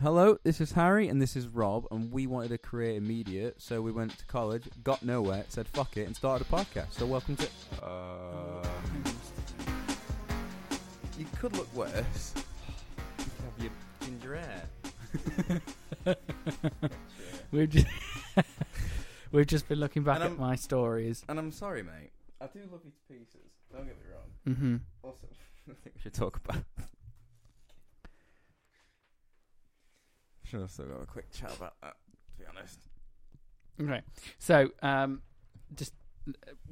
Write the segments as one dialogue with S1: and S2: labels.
S1: Hello, this is Harry and this is Rob, and we wanted a career immediate, so we went to college, got nowhere, said fuck it, and started a podcast. So welcome to.
S2: Uh, you could look worse. You could have your ginger hair.
S3: We've just, we've just been looking back
S2: And
S3: at
S2: I'm-
S3: my stories.
S2: And I'm sorry, mate. I do love you to pieces. Don't get me wrong.
S3: hmm
S2: Also, I think we should talk about. Should have still got a quick chat about that. To be honest,
S3: Okay, so um, just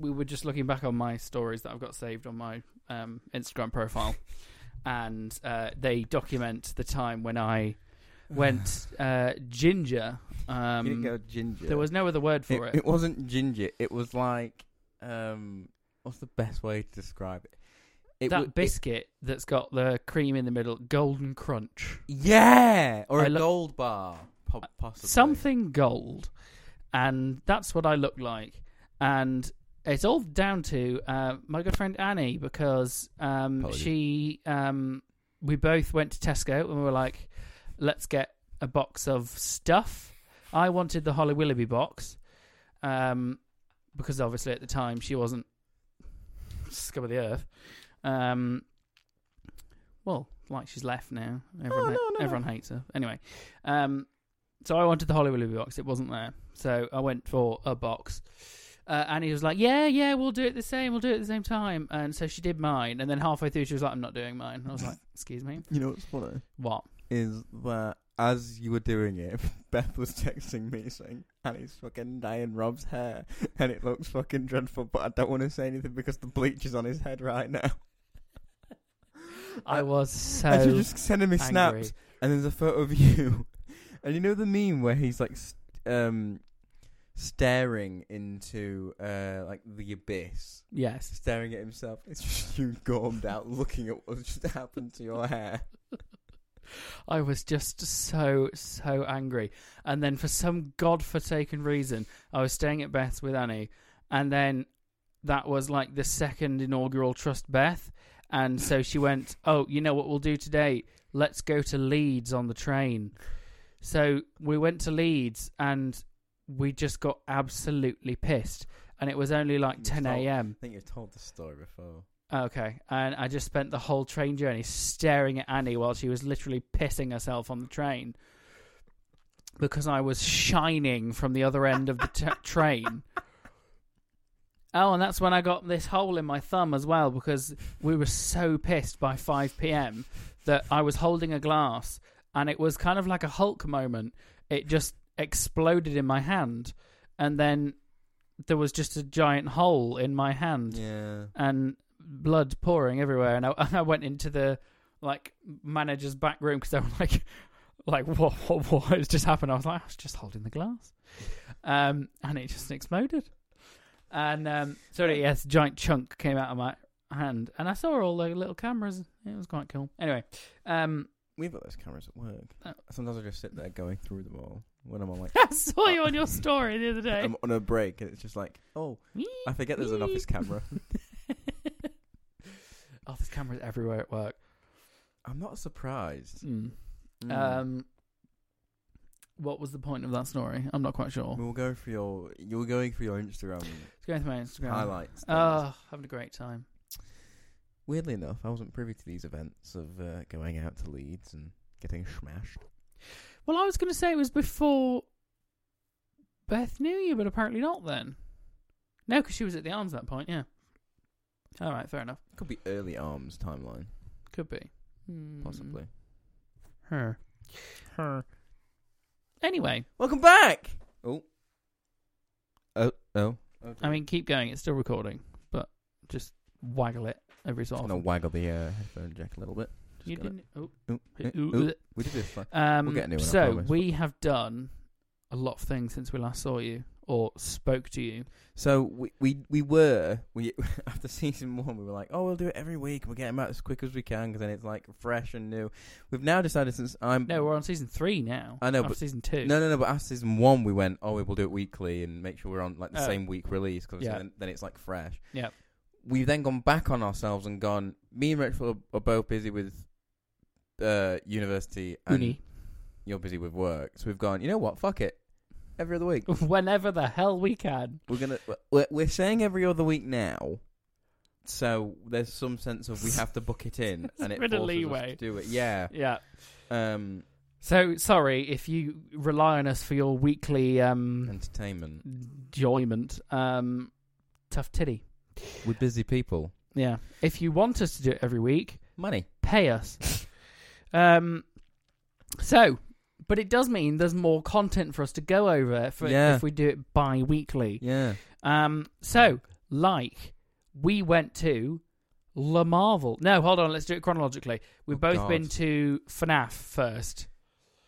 S3: we were just looking back on my stories that I've got saved on my um, Instagram profile, and uh, they document the time when I went uh, ginger. Um,
S2: you didn't go ginger.
S3: There was no other word for it.
S2: It wasn't ginger. It was like, um, what's the best way to describe it? It
S3: that
S2: wa- it-
S3: biscuit that's got the cream in the middle, golden crunch,
S2: yeah, or
S3: I
S2: a
S3: lo-
S2: gold bar, po- possibly
S3: something gold, and that's what I look like. And it's all down to uh, my good friend Annie because um,
S2: Apologies.
S3: she, um, we both went to Tesco and we were like, let's get a box of stuff. I wanted the Holly Willoughby box um, because obviously at the time she wasn't scum of the earth. Um, well, like she's left now. Everyone,
S2: Oh, no, no, no.
S3: everyone hates her. Anyway, um, so I wanted the Holly Willoughby box. It wasn't there, so I went for a box. Uh, and he was like, "Yeah, yeah, we'll do it the same. We'll do it at the same time." And so she did mine, and then halfway through, she was like, "I'm not doing mine." I was like, "Excuse me,
S2: You know what's funny
S3: what?"
S2: is that as you were doing it, Beth was texting me saying, "Annie's fucking dyeing Rob's hair, and it looks fucking dreadful." But I don't want to say anything because the bleach is on his head right now.
S3: I
S2: And-
S3: was so
S2: and she's just sending me
S3: angry.
S2: snaps, and there's a photo of you, and you know the meme where he's like, st- um, staring into uh like the abyss,
S3: Yes,
S2: staring at himself. It's just you gormed out, looking at what's just happened to your hair.
S3: I was just so so angry. And then for some godforsaken reason, I was staying at Beth's with Annie, and then that was like the second inaugural Trust Beth, and so she went, "Oh, you know what we'll do today? Let's go to Leeds on the train." So we went to Leeds, and we just got absolutely pissed. And it was only like
S2: You
S3: 10
S2: felt-
S3: a.m.
S2: I think you've told the story before.
S3: Okay, and I just spent the whole train journey staring at Annie while she was literally pissing herself on the train because I was shining from the other end of the t- train. Oh, and that's when I got this hole in my thumb as well because we were so pissed by 5 p.m. that I was holding a glass and it was kind of like a Hulk moment. It just exploded in my hand, and then there was just a giant hole in my hand
S2: Yeah.
S3: and blood pouring everywhere. And I, I went into the like manager's back room because they were like, like what, what, what has just happened? I was like, I was just holding the glass, um, and it just exploded. And um, sorry, yes, giant chunk came out of my hand, and I saw all the little cameras. It was quite cool. Anyway, um,
S2: We've got those cameras at work.
S3: Oh.
S2: Sometimes I just sit there going through them all when I'm on like
S3: I saw you on your story the other day.
S2: I'm on a break and it's just like, oh, I forget there's an office camera.
S3: Oh, there's cameras everywhere at work.
S2: I'm not surprised.
S3: Mm.
S2: Mm.
S3: Um, what was the point of that story? I'm not quite sure.
S2: we'll go for your you were going for your Instagram
S3: It's going through my Instagram.
S2: highlights. things.
S3: Oh, having a great time.
S2: Weirdly enough, I wasn't privy to these events of uh, going out to Leeds and getting smashed.
S3: Well, I was going to say it was before Beth knew you, but apparently not then. No, because she was at the arms at that point, yeah. All right, fair enough.
S2: Could be early arms timeline,
S3: Could be. Hmm.
S2: possibly.
S3: Her. Her. Anyway,
S2: Welcome back. Oh. Oh. Oh.
S3: I mean, keep going. It's still recording, but just waggle it every so
S2: I'm
S3: often.
S2: gonna waggle the uh, headphone jack a little bit. Just
S3: you
S2: gonna-
S3: didn't. Oh.
S2: Oop, eh,
S3: Ooh,
S2: oop.
S3: uh,
S2: We did this. Like,
S3: Um,
S2: get a new one, I
S3: so
S2: promise.
S3: we have done a lot of things since we last saw you or spoke to you.
S2: So we, we we were we after season one we were like oh we'll do it every week we'll get them out as quick as we can because then it's like fresh and new. We've now decided since I'm
S3: No, we're on season three now.
S2: I know,
S3: after
S2: but-
S3: season two.
S2: no no no but after season one we went oh we'll do it weekly and make sure we're on like the
S3: Oh.
S2: same week release because
S3: Yeah.
S2: then, then it's like fresh.
S3: Yep.
S2: We've then gone back on ourselves and gone. Me and Rachel are, are both busy with uh, university and
S3: Uni.
S2: you're busy with work. So we've gone, you know what? Fuck it. Every other week.
S3: Whenever the hell we can.
S2: We're gonna we're, we're saying every other week now. So there's some sense of we have to book it in and it
S3: Bit of
S2: forces
S3: leeway.
S2: us to do it. Yeah.
S3: Yeah.
S2: Um
S3: So sorry if you rely on us for your weekly um
S2: entertainment.
S3: enjoyment. Um tough titty.
S2: We're busy people.
S3: Yeah. If you want us to do it every week,
S2: Money.
S3: pay us. um so but it does mean there's more content for us to go over for
S2: Yeah.
S3: if we do it bi weekly.
S2: Yeah.
S3: Um, so, like, we went to La Marvel. No, hold on, let's do it chronologically. We've
S2: Oh,
S3: both
S2: God.
S3: been to FNAF first.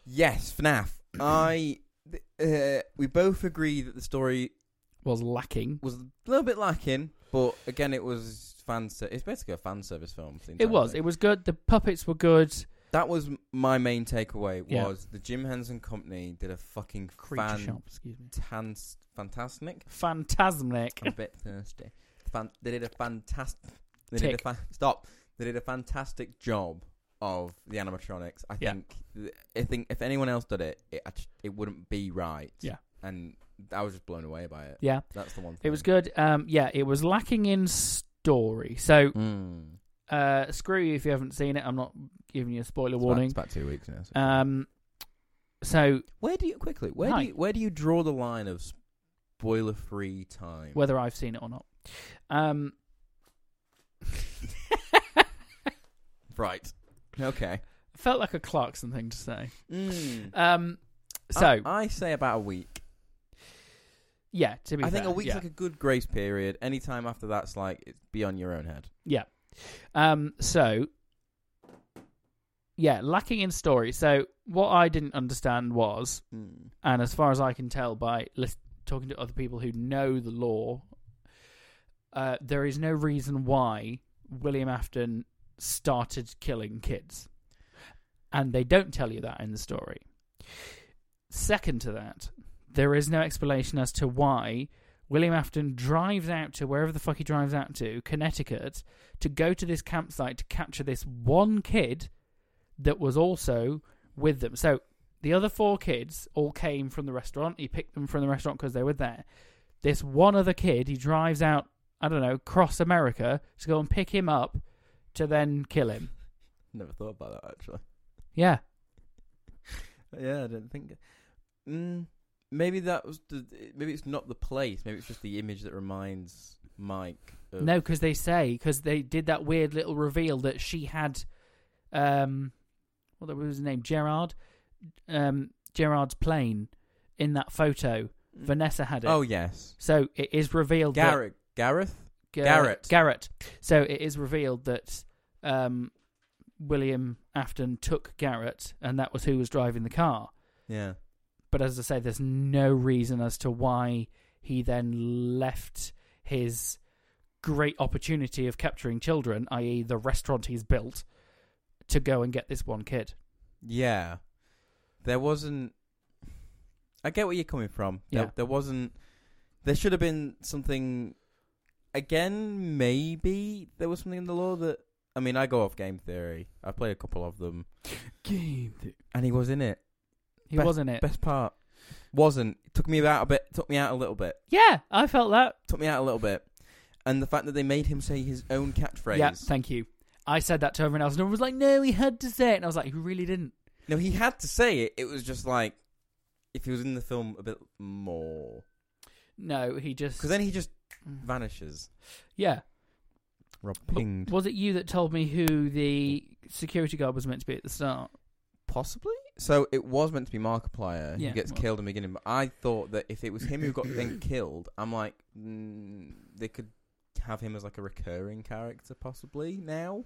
S2: Yes, FNAF. I th- uh, we both agree that the story
S3: Was lacking.
S2: was a little bit lacking, but again it was fan ser- it's basically a fan service film. the
S3: It
S2: entire
S3: was.
S2: thing.
S3: It was good. The puppets were good.
S2: that was m- my main takeaway
S3: Yeah.
S2: was the Jim Henson Company did a fucking
S3: Creature
S2: fan-
S3: shop, excuse me.
S2: tans- fantastic. I'm
S3: Fantasmic.
S2: a bit thirsty. Fan- they did a fantastic. They did a
S3: Tick.
S2: fa- stop. They did a fantastic job of the animatronics. I
S3: Yeah.
S2: think. th- I think if anyone else did it, it act- it wouldn't be right.
S3: Yeah.
S2: And I was just blown away by it.
S3: Yeah.
S2: That's the one. Thing.
S3: It was good. Um, yeah, it was lacking in story. So,
S2: Mm.
S3: uh, screw you if you haven't seen it. I'm not giving you a spoiler
S2: It's about-
S3: warning.
S2: It's about two weeks now. so-
S3: Um, so,
S2: where do you quickly? Where
S3: Hi.
S2: do you, where do you draw the line of spoiler-free time?
S3: whether I've seen it or not. Um,
S2: right. Okay.
S3: felt like a Clarkson thing to say.
S2: Mm.
S3: Um, so
S2: I, I say about a week.
S3: yeah, to be
S2: I think
S3: fair,
S2: a week's
S3: yeah.
S2: like a good grace period. Any time after that's like it's be on your own head.
S3: um, so yeah, lacking in story. So what I didn't understand was,
S2: Mm.
S3: and as far as I can tell by lis- talking to other people who know the law, uh, there is no reason why William Afton started killing kids, and they don't tell you that in the story. Second to that, there is no explanation as to why William Afton drives out to wherever the fuck he drives out to, Connecticut, to go to this campsite to capture this one kid that was also with them. So the other four kids all came from the restaurant. He picked them from the restaurant because they were there. This one other kid, he drives out, I don't know, across America to go and pick him up to then kill him.
S2: Never thought about that actually.
S3: Yeah.
S2: Yeah, I didn't think. Mm, maybe that was the. Maybe it's not the place. Maybe it's just the image that reminds Mike. Of,
S3: No, because they say because they did that weird little reveal that she had, um, what was his name, Gerard, um, Gerard's plane in that photo.
S2: Mm.
S3: Vanessa had it.
S2: Oh yes,
S3: so it is revealed that
S2: Garrett. Gareth.
S3: Gar-
S2: Garrett.
S3: Garrett. So it is revealed that um, William Afton took Garrett, and that was who was driving the car.
S2: Yeah.
S3: But as I say, there's no reason as to why he then left his great opportunity of capturing children, i.e., the restaurant he's built, to go and get this one kid.
S2: Yeah. There wasn't. I get where you're coming from. There,
S3: Yeah.
S2: there wasn't. There should have been something. Again, maybe there was something in the law that. I mean, I go off game theory. I played a couple of them,
S3: Game.
S2: and he was in it.
S3: He
S2: Best-
S3: wasn't it.
S2: Best part wasn't. Took me out a bit. Took me out a little bit.
S3: Yeah, I felt that.
S2: Took me out a little bit. And the fact that they made him say his own catchphrase.
S3: Yeah, thank you. I said that to everyone else, and everyone was like, "No, he had to say it," and I was like, "He really didn't."
S2: no, he had to say it. It was just like if he was in the film a bit more,
S3: No, he just
S2: because then he just
S3: Mm.
S2: vanishes.
S3: Yeah.
S2: Rob
S3: But
S2: pinged.
S3: Was it you that told me who the security guard was meant to be at the start?
S2: Possibly. So it was meant to be Markiplier
S3: Yeah,
S2: who gets
S3: well.
S2: killed in the beginning, but I thought that if it was him who got then killed, I'm like, mm, they could have him as like a recurring character possibly now.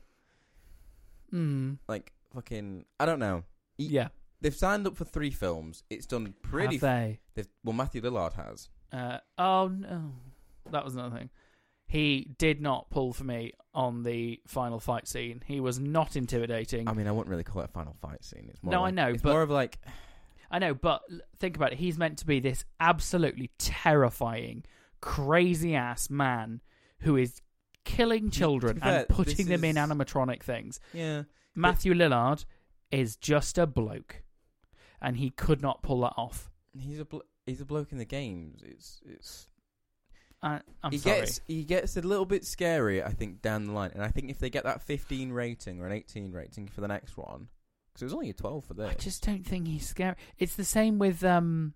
S3: Hmm.
S2: Like fucking, I don't know. He-
S3: Yeah.
S2: They've signed up for three films. It's done pretty.
S3: Have they?
S2: they've, well, Matthew Lillard has.
S3: Uh, oh no, that was another thing. He did not pull for me on the final fight scene. He was not intimidating.
S2: I mean, I wouldn't really call it a final fight scene. It's more
S3: No, I
S2: like-
S3: know,
S2: It's
S3: but-
S2: more of like
S3: I know, but l- think about it. He's meant to be this absolutely terrifying, crazy ass man who is killing children
S2: fair,
S3: and putting
S2: this
S3: them in
S2: is-
S3: animatronic things.
S2: yeah.
S3: Matthew Lillard is just a bloke. and he could not pull that off.
S2: He's a blo- he's a bloke in the games. It's it's
S3: I, I'm
S2: he
S3: sorry.
S2: gets he gets a little bit scary, I think, down the line. And I think if they get that 15 rating or an 18 rating for the next one, because it was only a 12 for
S3: I
S2: this.
S3: just don't think he's scary. It's the same with um,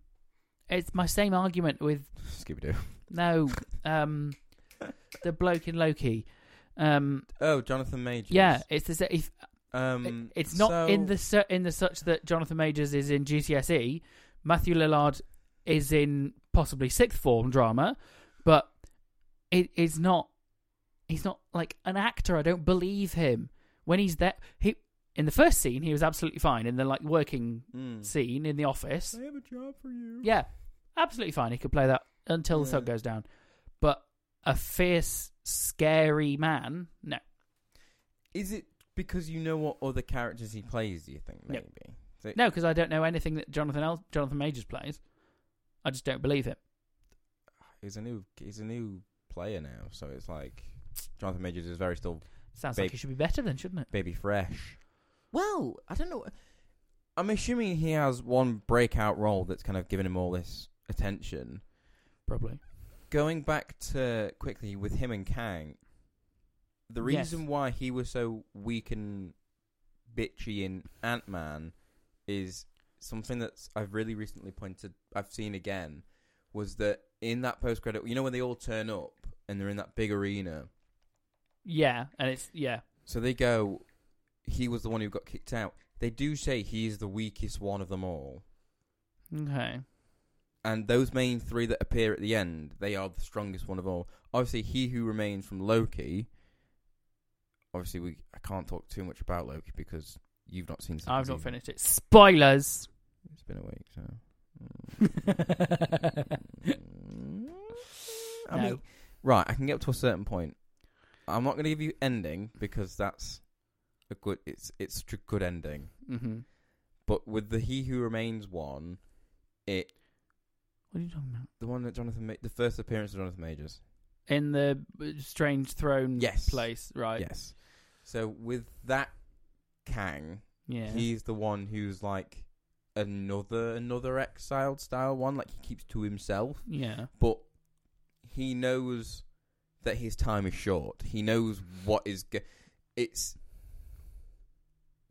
S3: it's my same argument with
S2: Scooby Doo.
S3: no um, the bloke in Loki. Um,
S2: Oh, Jonathan Majors.
S3: yeah, it's the sa- if It-
S2: Um,
S3: it's not
S2: so-
S3: in the su- in the such that Jonathan Majors is in GCSE. E, Matthew Lillard is in possibly sixth form drama, but it is not. He's not like an actor. I don't believe him when he's there. He in the first scene he was absolutely fine in the like working
S2: Mm. Oh,
S3: scene in the office.
S2: I have a job for you.
S3: Yeah, absolutely fine. He could play that until the sun
S2: Yeah.
S3: goes down. But a fierce, scary man, no.
S2: Is it because you know what other characters he plays? Do you think
S3: No.
S2: maybe? So-
S3: No, because I don't know anything that Jonathan El- Jonathan Majors plays. I just don't believe him.
S2: He's a new he's a new player now, so it's like Jonathan Majors is very still
S3: Sounds
S2: Big.
S3: like it should be better then, shouldn't it?
S2: baby fresh. Well, I don't know. I'm assuming he has one breakout role that's kind of given him all this attention.
S3: Probably.
S2: Going back to quickly with him and Kang, the
S3: Yes.
S2: reason why he was so weak and bitchy in Ant Man is something that's I've really recently pointed I've seen again was that in that post credit you know when they all turn up and they're in that big arena
S3: Yeah, and it's yeah,
S2: So they go, he was the one who got kicked out. They do say he's the weakest one of them all.
S3: okay,
S2: And those main three that appear at the end, they are the strongest one of all. Obviously, he who remains from Loki. Obviously, we I can't talk too much about Loki because you've not seen.
S3: I've
S2: season
S3: not
S2: two.
S3: finished it. Spoilers.
S2: It's been a week, so. I
S3: Mm-hmm. No.
S2: mean, right, I can get up to a certain point. I'm not going to give you ending because that's a good. It's it's a good ending.
S3: Mm-hmm.
S2: But with the He Who Remains one, it
S3: What are you talking about?
S2: the one that Jonathan Ma- the first appearance of Jonathan Majors.
S3: In the uh, strange throne
S2: Yes.
S3: place, right?
S2: Yes. So with that Kang,
S3: Yeah.
S2: he's the one who's like another another exiled style one. Like he keeps to himself,
S3: yeah.
S2: but he knows that his time is short. He knows what is. Go- it's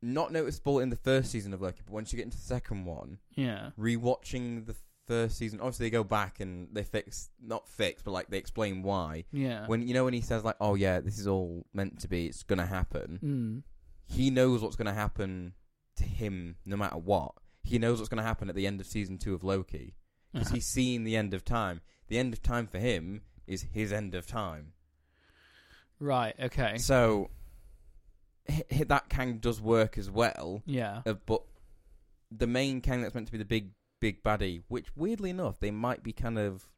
S2: not noticeable in the first season of Loki, but once you get into the second one,
S3: Yeah.
S2: rewatching the first season. Obviously, they go back and they fix, not fix, but like they explain why.
S3: Yeah.
S2: When you know when he says like, "Oh yeah, this is all meant to be. It's gonna happen."
S3: Mm.
S2: He knows what's gonna happen to him, no matter what. He knows what's gonna happen at the end of season two of Loki because
S3: Uh-huh.
S2: he's seen the end of time. The end of time for him is his end of time.
S3: Right. Okay.
S2: So h- h- that Kang does work as well.
S3: Yeah.
S2: Uh, but the main Kang that's meant to be the big, big baddie, which weirdly enough, they might be kind of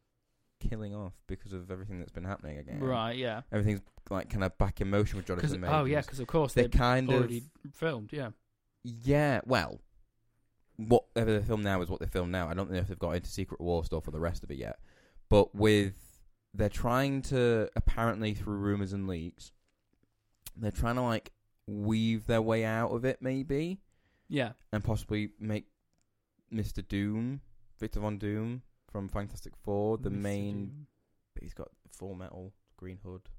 S2: killing off because of everything that's been happening again.
S3: Right. Yeah.
S2: Everything's like kind of back in motion with
S3: 'Cause-
S2: Jonathan Majors.
S3: oh yeah, because of course
S2: they
S3: they've
S2: kind
S3: already
S2: of.
S3: filmed. Yeah.
S2: Yeah, well. Whatever they film now is what they film now. I don't know if they've got into Secret War stuff or the rest of it yet. But with. They're trying to, apparently through rumours and leaks, they're trying to like weave their way out of it, maybe
S3: Yeah.
S2: and possibly make Mr. Doom, Victor Von Doom from Fantastic Four, the
S3: Mr.
S2: main.
S3: Doom.
S2: He's got full metal, Green Hood,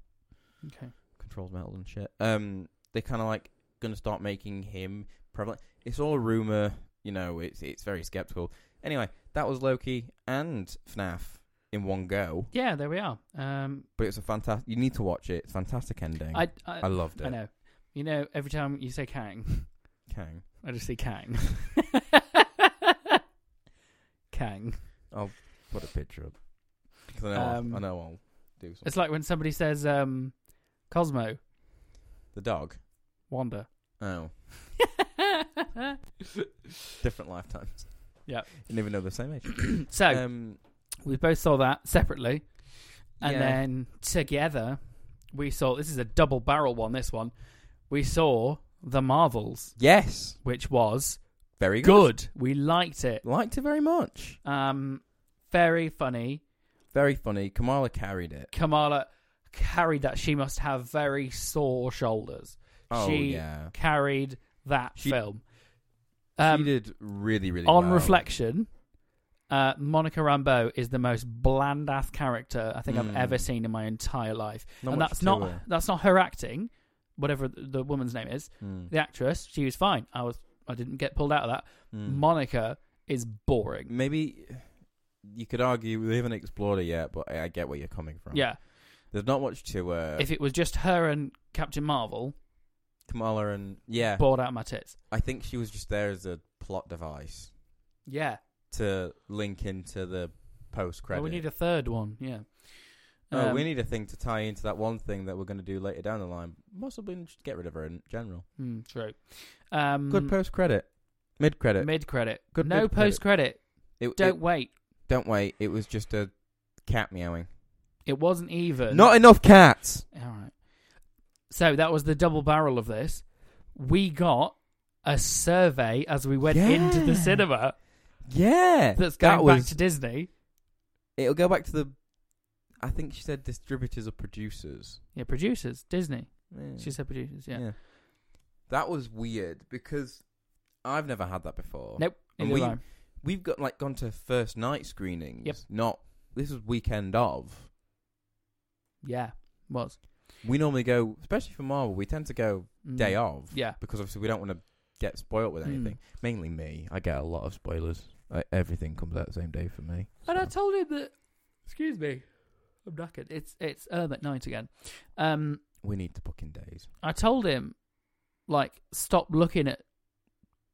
S3: Okay.
S2: controls metal and shit. Um, they're kind of like gonna start making him prevalent. It's all a rumor, you know. It's it's very skeptical. Anyway, that was Loki and FNAF in one go,
S3: Yeah. There we are. Um.
S2: but it's a fantastic. You need to watch it. It's a fantastic ending.
S3: I. I,
S2: I loved it.
S3: I know. You know, every time you say Kang,
S2: Kang.
S3: I just say Kang. Kang.
S2: Put a picture up. 'Cause I know, I'll-
S3: Um,
S2: I know I'll do something.
S3: It's like when somebody says um, Cosmo,
S2: The dog.
S3: Wanda.
S2: Oh. different lifetimes.
S3: Yeah.
S2: you never know the same age.
S3: so
S2: um,
S3: we both saw that separately, and
S2: yeah.
S3: then together we saw. This is a double barrel one. This one we saw the Marvels,
S2: yes,
S3: which was
S2: very good.
S3: good. We liked it.
S2: Liked it very much.
S3: Um, very funny.
S2: Very funny. Kamala carried it.
S3: Kamala carried that. She must have very sore shoulders.
S2: Oh
S3: she
S2: yeah,
S3: carried that
S2: She-
S3: film.
S2: she
S3: Um,
S2: did really, really
S3: on
S2: well.
S3: reflection, uh, Monica Rambeau is the most bland ass character I think I've
S2: Mm.
S3: ever seen in my entire life,
S2: Not
S3: and
S2: much
S3: that's
S2: to
S3: not
S2: her.
S3: that's not her acting. Whatever the, the woman's name is,
S2: Mm,
S3: the actress, she was fine. I was I didn't get pulled out of that.
S2: mm.
S3: Monica is boring.
S2: Maybe you could argue we haven't explored it yet, but I, I get where you're coming from.
S3: Yeah,
S2: there's not much to uh,
S3: if it was just her and Captain Marvel,
S2: Kamala and yeah.
S3: bored out of my tits.
S2: I think she was just there as a plot device
S3: Yeah,
S2: to link into the post credit.
S3: well, Oh, we need a third one. Yeah,
S2: Oh,
S3: Um,
S2: we need a thing to tie into that one thing that we're going to do later down the line. Possibly just get rid of her in general.
S3: mm, true. Um,
S2: Good post credit, mid credit.
S3: mid credit.
S2: Good
S3: no
S2: mid-credit.
S3: post credit.
S2: It-
S3: Don't
S2: it-
S3: wait.
S2: don't wait. It was just a cat meowing.
S3: It wasn't even.
S2: Not enough cats.
S3: All right. So that was the double barrel of this. We got a survey as we went into the
S2: Yeah.
S3: cinema
S2: Yeah,
S3: that's
S2: that
S3: going
S2: was.
S3: back to Disney.
S2: It'll go back to the. I think she said distributors or producers.
S3: Yeah, producers, Disney.
S2: Yeah.
S3: She said producers, yeah.
S2: That was weird because I've never had that before.
S3: Nope.
S2: And
S3: neither
S2: we-
S3: do I.
S2: we've got like gone to first night screenings.
S3: Yep.
S2: Not this is weekend of.
S3: Yeah, was.
S2: We normally go, especially for Marvel, we tend to go
S3: Mm.
S2: day of.
S3: Yeah.
S2: Because obviously we don't want to get spoiled with
S3: Mm.
S2: anything. Mainly me. I get a lot of spoilers. I, everything comes out the same day for me.
S3: And I
S2: so.
S3: told him that, excuse me, I'm knackered. It's, it's Erm at night again. Um,
S2: we need to book in days.
S3: I told him, like, stop looking at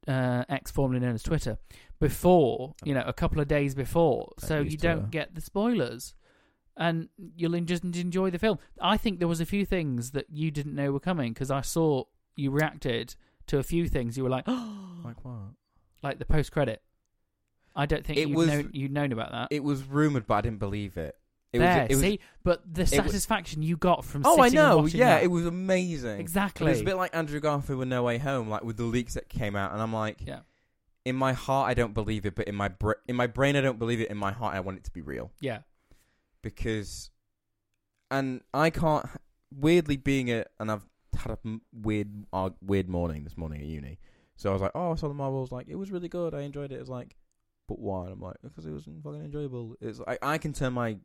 S3: uh, X, formerly known as Twitter, before you know, a couple of days before,
S2: I
S3: so
S2: use
S3: you don't
S2: Twitter.
S3: get the spoilers, and you'll en- just enjoy the film. I think there was a few things that you didn't know were coming because I saw you reacted to a few things. You were like,
S2: Like what?
S3: like the post credit. I don't think
S2: It
S3: you've
S2: was-
S3: known, you'd known about that.
S2: It was rumored, but I didn't believe it. It
S3: there,
S2: was. It was
S3: see, but the
S2: it was-
S3: satisfaction you got from
S2: oh, I
S3: sitting and
S2: know.
S3: watching
S2: Yeah,
S3: that-
S2: it was amazing.
S3: exactly.
S2: It was a bit like Andrew Garfield with No Way Home, like with the leaks that came out, and I'm like,
S3: Yeah.
S2: In my heart, I don't believe it, but in my br- in my brain, I don't believe it. In my heart, I want it to be real
S3: yeah,
S2: because, and I can't. Weirdly, being a and I've had a m- weird uh, weird morning this morning at uni, so I was like, oh, I saw the Marvels, like it was really good, I enjoyed it. It was like, but why? And I'm like, because it was fucking enjoyable. It's I I can turn my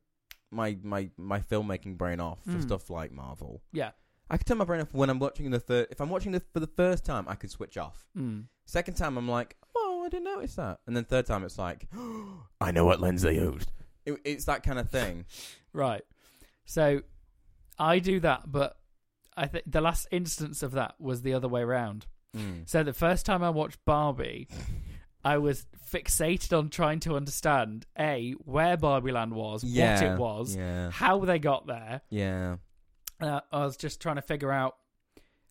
S2: my my my filmmaking brain off for
S3: Mm.
S2: stuff like Marvel.
S3: yeah.
S2: I can turn my brain off when I'm watching the third. If I'm watching the for the first time, I could switch off.
S3: Mm.
S2: Second time, I'm like, oh, I didn't notice that. And then third time, it's like, I know what lens they used. It, it's that kind of thing.
S3: Right. So I do that, but I think the last instance of that was the other way round.
S2: Mm.
S3: So the first time I watched Barbie, I was fixated on trying to understand a where Barbie Land was, what
S2: Yeah.
S3: it was,
S2: Yeah,
S3: how they got there.
S2: yeah.
S3: Uh, I was just trying to figure out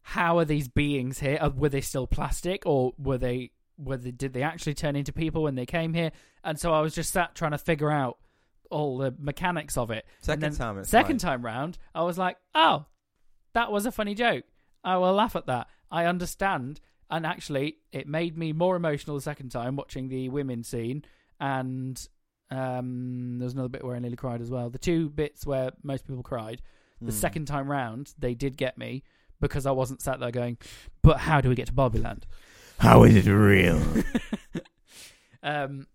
S3: how are these beings here? Uh, were they still plastic, or were they? Were they, did they actually turn into people when they came here? And so I was just sat trying to figure out all the mechanics of it.
S2: Second
S3: then
S2: time, it's like,
S3: Second time round, I was like, oh, that was a funny joke. I will laugh at that. I understand. And actually, it made me more emotional the second time watching the women scene. And um, there was another bit where I nearly cried as well. The two bits where most people cried. The
S2: mm.
S3: second time round, they did get me because I wasn't sat there going, but how do we get to Barbie Land?
S2: How is it real?
S3: Um,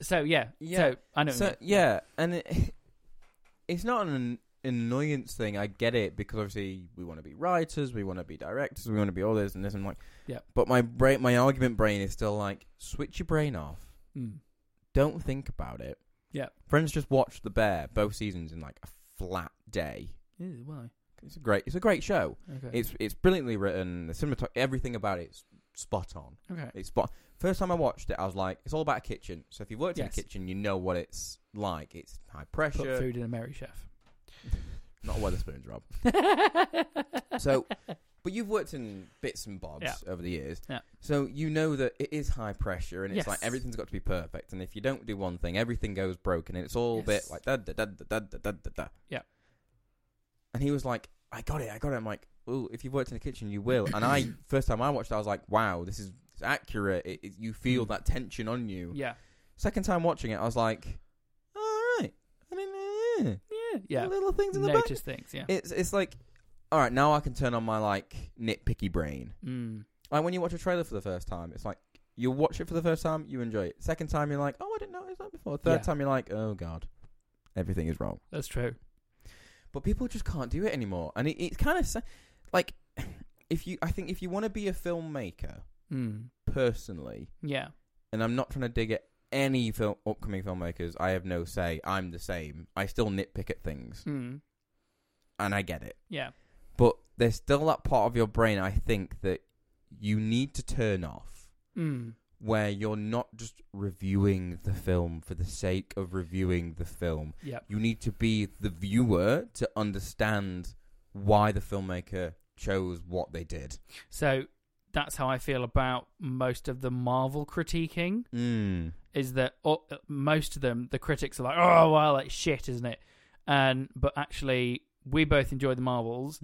S3: so, yeah.
S2: Yeah.
S3: So, I know. what you
S2: so
S3: mean.
S2: yeah, and it, it's not an annoyance thing. I get it because obviously we want to be writers, we want to be directors, we want to be all this and this. And like,
S3: Yeah.
S2: But my brain, my argument brain is still like, switch your brain off.
S3: Mm.
S2: Don't think about it.
S3: Yeah.
S2: Friends just watched The Bear both seasons in like a flat day.
S3: Ew, why?
S2: It's a great. It's a great show.
S3: Okay.
S2: It's it's brilliantly written. The cinematography, everything about it's spot on.
S3: okay.
S2: It's spot. First time I watched it, I was like, it's all about a kitchen. So if you've worked in
S3: Yes.
S2: a kitchen, you know what it's like. It's high
S3: Put
S2: pressure.
S3: food in a merry chef.
S2: Not Weatherspoons, Rob. So- But you've worked in bits and bobs
S3: Yeah.
S2: over the years.
S3: Yeah.
S2: So you know that it is high pressure and it's like
S3: Yes.
S2: everything's got to be perfect. And if you don't do one thing, everything goes broken. And it's all a
S3: Yes.
S2: bit like da da da da da da da da da.
S3: Yeah.
S2: And he was like, I got it, I got it. I'm like, oh, if you've worked in a kitchen, you will. And I, first time I watched it, I was like, wow, this is it's accurate. It, it, you feel
S3: Mm.
S2: that tension on you.
S3: yeah,
S2: Second time watching it, I was like, all right. I didn't, yeah,
S3: yeah, yeah.
S2: Little things in the back.
S3: Notice things. Yeah.
S2: It's, it's like, all right, now I can turn on my like nitpicky brain
S3: mm.
S2: Like when you watch a trailer for the first time, it's like you watch it for the first time, you enjoy it. Second time, you're like, oh, I didn't notice that before. Third
S3: Yeah.
S2: time, you're like, oh god, everything is wrong.
S3: That's true.
S2: But people just can't do it anymore, and it, it's kind of sa- like if you, I think if you want to be a filmmaker
S3: Mm.
S2: personally,
S3: Yeah.
S2: and I'm not trying to dig at any film upcoming filmmakers. I have no say. I'm the same. I still nitpick at things,
S3: Mm.
S2: and I get it.
S3: Yeah.
S2: But there's still that part of your brain I think that you need to turn off
S3: Mm.
S2: where you're not just reviewing the film for the sake of reviewing the film.
S3: Yep.
S2: You need to be the viewer to understand why the filmmaker chose what they did.
S3: So that's how I feel about most of the Marvel critiquing.
S2: Mm.
S3: Is that all, most of them? The critics are like, "Oh, well, it's shit, isn't it?" And but actually, we both enjoy the Marvels.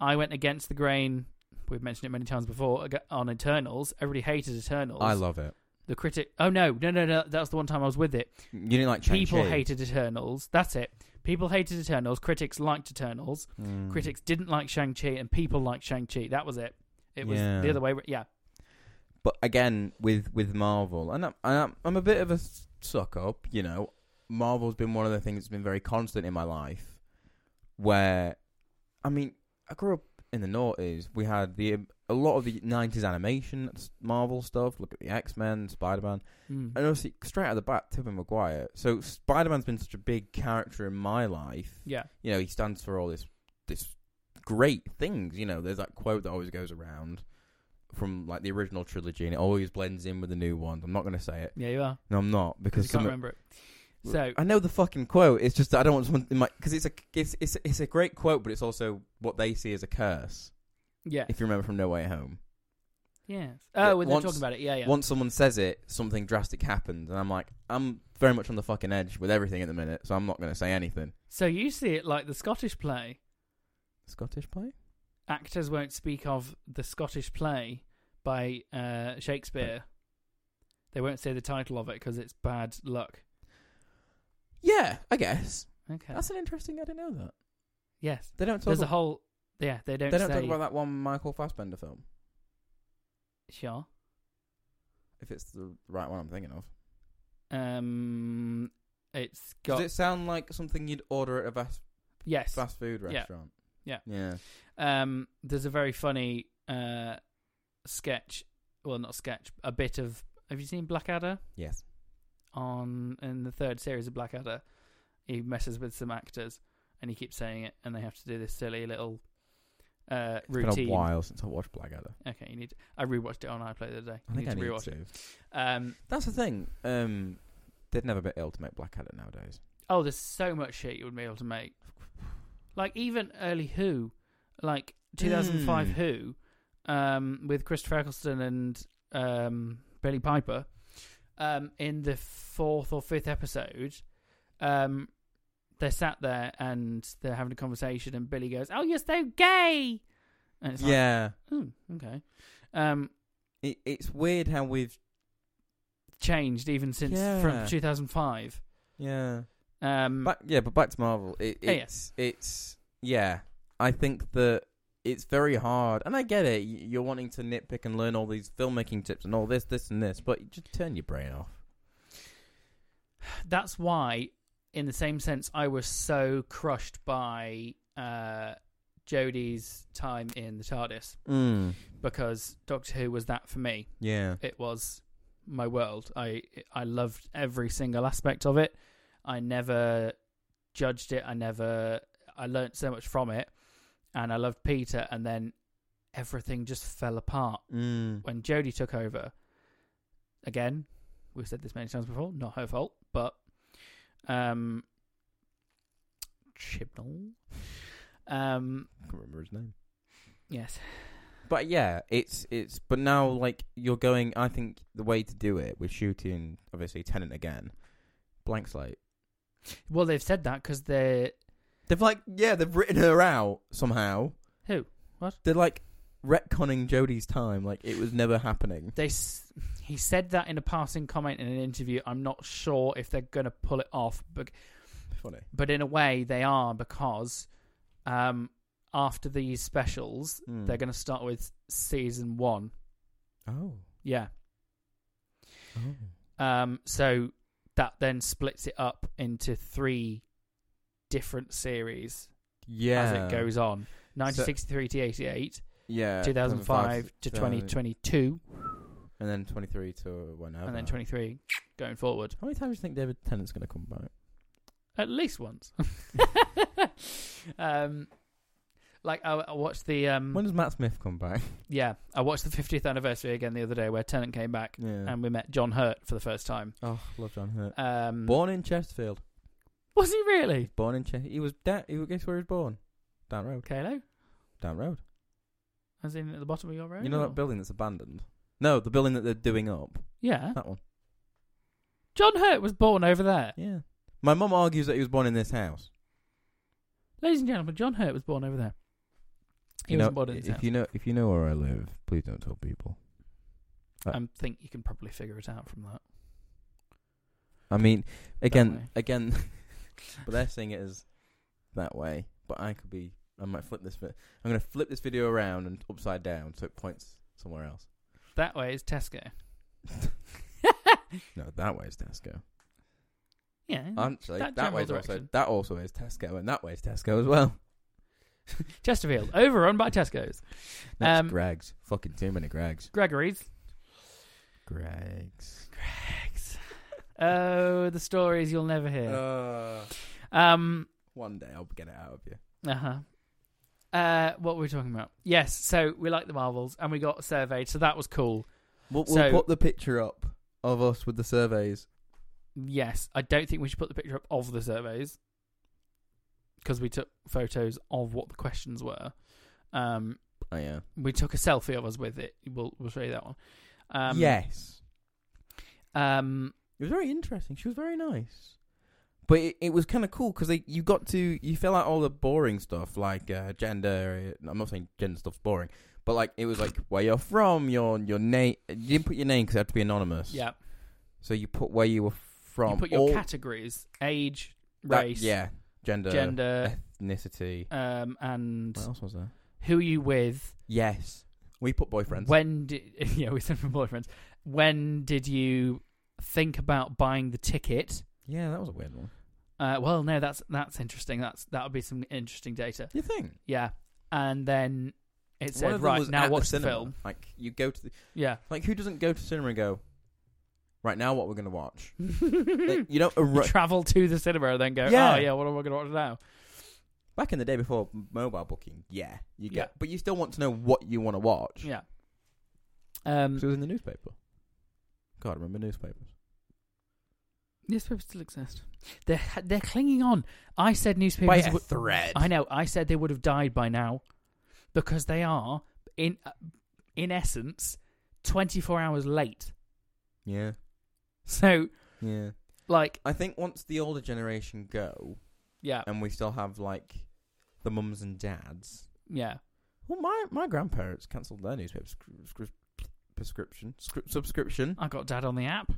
S3: I went against the grain. We've mentioned it many times before ag- on Eternals. Everybody hated Eternals.
S2: I love it.
S3: the critic. Oh no, no, no, no! That was the one time I was with it.
S2: You didn't like Chang
S3: People hated Eternals. That's it. People hated Eternals. Critics liked Eternals.
S2: Hmm. Mm.
S3: Critics didn't like Shang Chi, and people liked Shang Chi. That was it. It was
S2: Yeah.
S3: the other way. ra- Yeah.
S2: but again with with Marvel, and I'm I'm, I'm a bit of a s- suck up, you know. Marvel's been one of the things that's been very constant in my life, where, I mean, I grew up in the noughties. We had the um, a lot of the '90s animation s- Marvel stuff. Look at the X Men, Spider Man,
S3: Mm.
S2: and obviously straight out of the bat, Tobey Maguire. So Spider Man's been such a big character in my life
S3: Yeah.
S2: you know, he stands for all this this great things. You know, there's that quote that always goes around from like the original trilogy, and it always blends in with the new ones. I'm not going to say it.
S3: Yeah, you are.
S2: No, I'm not because
S3: Because you can't
S2: some,
S3: remember it. So
S2: I know the fucking quote. It's just that I don't want someone in my because it's a it's, it's it's a great quote, but it's also what they see as a curse.
S3: yeah.
S2: If you remember from No Way Home,
S3: Yes.
S2: Yeah,
S3: Oh, when
S2: once-
S3: they're talking about it. Yeah, yeah.
S2: once someone says it, something drastic happens, and I'm like, I'm very much on the fucking edge with everything at the minute, so I'm not going to say anything.
S3: So you see it like the Scottish play.
S2: Scottish play?
S3: Actors won't speak of the Scottish play by uh, Shakespeare. They won't say the title of it because it's bad luck.
S2: Yeah, I guess.
S3: Okay.
S2: That's an interesting. I didn't know that.
S3: yes.
S2: They don't talk
S3: There's
S2: about-
S3: a whole. Yeah, they don't,
S2: They don't
S3: say.
S2: talk about that one Michael Fassbender film,
S3: Sure.
S2: if it's the right one I'm thinking of.
S3: Um, it's
S2: Does
S3: got
S2: it sound like something you'd order at a fast,
S3: yes.
S2: fast food
S3: Yeah.
S2: restaurant?
S3: Yeah.
S2: Yeah.
S3: Um, there's a very funny uh sketch. Well, not sketch. A bit of. Have you seen Blackadder?
S2: Yes.
S3: on in the third series of Blackadder, he messes with some actors, and he keeps saying it, and they have to do this silly little uh,
S2: It's been a
S3: routine.
S2: while since I watched Blackadder.
S3: Okay, you need. I rewatched it on iPlay the other day.
S2: I
S3: You
S2: think
S3: need
S2: I
S3: to
S2: need
S3: rewatch
S2: to.
S3: it. Um,
S2: That's the thing. Um, they'd never be able to make Blackadder nowadays.
S3: oh, there's so much shit you would be able to make. Like even early Who, like 2005
S2: Mm.
S3: Who, um, with Christopher Eccleston and um, Billy Piper, um, in the fourth or fifth episode, um, they're sat there and they're having a conversation, and Billy goes, "Oh, you're so gay," and it's like,
S2: yeah.
S3: "Hmm, okay, um,
S2: It, it's weird how we've.
S3: changed even since from
S2: Yeah.
S3: 2005."
S2: Yeah.
S3: Um,
S2: Back, yeah, but back to Marvel. It,
S3: Oh, Yeah, yeah.
S2: it's, it's. Yeah. I think that it's very hard. And I get it. y- You're wanting to nitpick and learn all these filmmaking tips and all this, this, and this, but just turn your brain off.
S3: that's why, in the same sense, I was so crushed by uh, Jodie's time in the TARDIS
S2: Mm.
S3: because Doctor Who was that for me.
S2: Yeah.
S3: It was my world. I I loved every single aspect of it. I never judged it. I never. I learnt so much from it, and I loved Peter. And then everything just fell apart
S2: Mm.
S3: when Jodie took over, again, we've said this many times before, not her fault, but um, Chibnall. Um,
S2: I can't remember his name.
S3: yes,
S2: But yeah, it's it's. But now, like you're going. I think the way to do it with shooting, obviously, Tenant again, blank slate.
S3: well they've said that because they're
S2: They've like yeah, they've written her out somehow.
S3: Who? What?
S2: They're like retconning Jodie's time, like it was never happening.
S3: they. s- He said that in a passing comment in an interview. I'm not sure if they're gonna pull it off, but
S2: Funny.
S3: but in a way they are because um, after these specials,
S2: Mm.
S3: they're gonna start with season one
S2: Oh.
S3: Yeah.
S2: oh.
S3: Um, so that then splits it up into three different series
S2: Yeah.
S3: as it goes on 1963 to 88,
S2: Yeah.
S3: 2005 to 2022,
S2: And then 23 to whenever.
S3: and then 23 going forward.
S2: How many times do you think David Tennant's going to come back?
S3: At least once. um, like, I, I watched the. Um,
S2: When does Matt Smith come back?
S3: yeah, I watched the 50th anniversary again the other day where Tennant came back
S2: Yeah.
S3: and we met John Hurt for the first time.
S2: oh, love John Hurt.
S3: Um,
S2: born in Chesterfield.
S3: Was he really?
S2: Born in Chester. He was down. He, guess where he was born? Down road.
S3: Kalo?
S2: Down road.
S3: As in at the bottom of your road?
S2: You know
S3: or-
S2: that building that's abandoned? No, the building that they're doing up.
S3: Yeah.
S2: That one.
S3: John Hurt was born over there.
S2: Yeah. My mum argues that he was born in this house.
S3: Ladies and gentlemen, John Hurt was born over there. He
S2: You
S3: was
S2: know,
S3: was born in this
S2: if
S3: house.
S2: you know if you know where I live, please don't tell people. uh,
S3: I think you can probably figure it out from that.
S2: I mean,
S3: way.
S2: again, again, but they're saying it as that way. But I could be. I might flip this. Vi- I'm going to flip this video around and upside down so it points somewhere else.
S3: That way is Tesco.
S2: No, that way is Tesco.
S3: Yeah.
S2: Actually,
S3: Mm-hmm. that
S2: that,
S3: general
S2: way is also
S3: direction.
S2: that also is Tesco, and that way is Tesco as well.
S3: Chesterfield, overrun by Tesco's.
S2: That's
S3: Um,
S2: Greg's. Fucking too many Greg's.
S3: Gregory's.
S2: Greg's.
S3: Oh, the stories you'll never hear.
S2: Uh,
S3: um,
S2: one day I'll get it out of you.
S3: uh-huh. Uh, what were we talking about? Yes, so we like the Marvels, and we got surveyed, so that was cool.
S2: We'll,
S3: So-
S2: put the picture up of us with the surveys.
S3: Yes, I don't think we should put the picture up of the surveys because we took photos of what the questions were. Um,
S2: Oh yeah.
S3: we took a selfie of us with it. We'll we'll show you that one. Um,
S2: yes.
S3: Um,
S2: It was very interesting. She was very nice. But it, it was kind of cool because you got to you fill out all the boring stuff like uh, gender. uh, I'm not saying gender stuff's boring, but like it was like where you're from, your your name. You didn't put your name because it had to be anonymous.
S3: yeah.
S2: So you put where you were from.
S3: you put your
S2: all
S3: categories: age,
S2: that-
S3: race,
S2: Yeah. Gender.
S3: gender,
S2: Ethnicity.
S3: um, and
S2: What else was there?
S3: who are you with?
S2: Yes. We put boyfriends.
S3: When did yeah we sent from boyfriends? When did you think about buying the ticket?
S2: yeah, that was a weird one.
S3: Uh, well, no, that's that's interesting. That's that would be some interesting data.
S2: You think?
S3: Yeah. And then it
S2: One of
S3: said,
S2: them
S3: right,
S2: was
S3: now
S2: at
S3: watch the,
S2: cinema.
S3: film.
S2: Like you go to the
S3: Yeah.
S2: like who doesn't go to cinema and go, right now what we're gonna watch?
S3: Mm.
S2: Like, you don't arri-
S3: Travel to the cinema and then go,
S2: Yeah.
S3: oh, yeah, what am I going to watch now?
S2: back in the day before m- mobile booking. Yeah, you get,
S3: Yeah.
S2: but you still want to know what you want to watch.
S3: Yeah. Um,
S2: So it was in the newspaper. God, I remember newspapers.
S3: newspapers still exist. They're, they're clinging on. I said newspapers.
S2: By a
S3: would-
S2: thread.
S3: I know. I said they would have died by now because they are, in, in essence, 24 hours late.
S2: Yeah,
S3: So,
S2: yeah.
S3: like,
S2: I think once the older generation go,
S3: yeah,
S2: and we still have like the mums and dads.
S3: yeah.
S2: Well, my my grandparents cancelled their newspaper scr- scr- prescription scr- subscription.
S3: I got dad on the app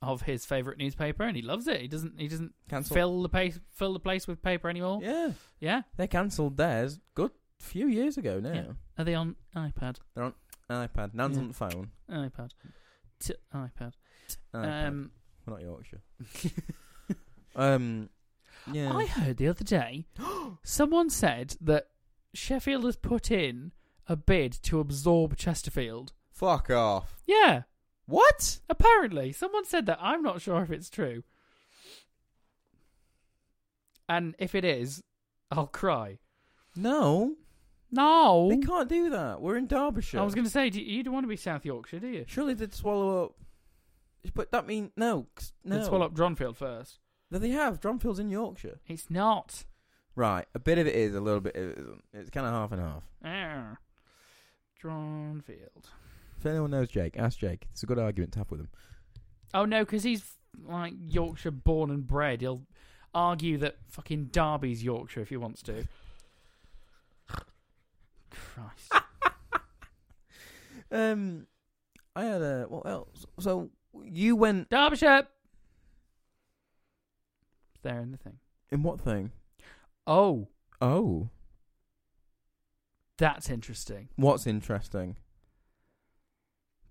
S3: of his favorite newspaper and he loves it. He doesn't he doesn't
S2: Cancelled.
S3: fill the place fill the place with paper anymore. Yeah.
S2: Yeah. They cancelled theirs good few years ago now.
S3: Yeah. Are they on iPad?
S2: iPad. Nan's
S3: Yeah.
S2: on the phone.
S3: iPad. T- iPad.
S2: iPad.
S3: Um
S2: We're not Yorkshire. um, yeah.
S3: I heard the other day someone said that Sheffield has put in a bid to absorb Chesterfield.
S2: Fuck off.
S3: Yeah,
S2: What?
S3: apparently someone said that. I'm not sure if it's true. And if it is, I'll cry.
S2: No,
S3: No.
S2: they can't do that. We're in Derbyshire.
S3: I was going to say, do you, you don't want to be South Yorkshire, do you?
S2: Surely they'd swallow up. But that means no, 'cause- no.
S3: Let's swallow up Dronfield first.
S2: No, they have. Drumfield's in Yorkshire.
S3: It's not.
S2: Right. A bit of it is. A little bit of it isn't. It's kind of half and half.
S3: Arr. Dronfield.
S2: If anyone knows Jake, ask Jake. It's a good argument to have with him.
S3: Oh no, because he's like Yorkshire born and bred. He'll argue that fucking Derby's Yorkshire if he wants to. Christ.
S2: Um, I had a what else? So you went
S3: Derbyshire. It's There in the thing.
S2: in what thing?
S3: Oh,
S2: Oh,
S3: that's interesting.
S2: what's interesting?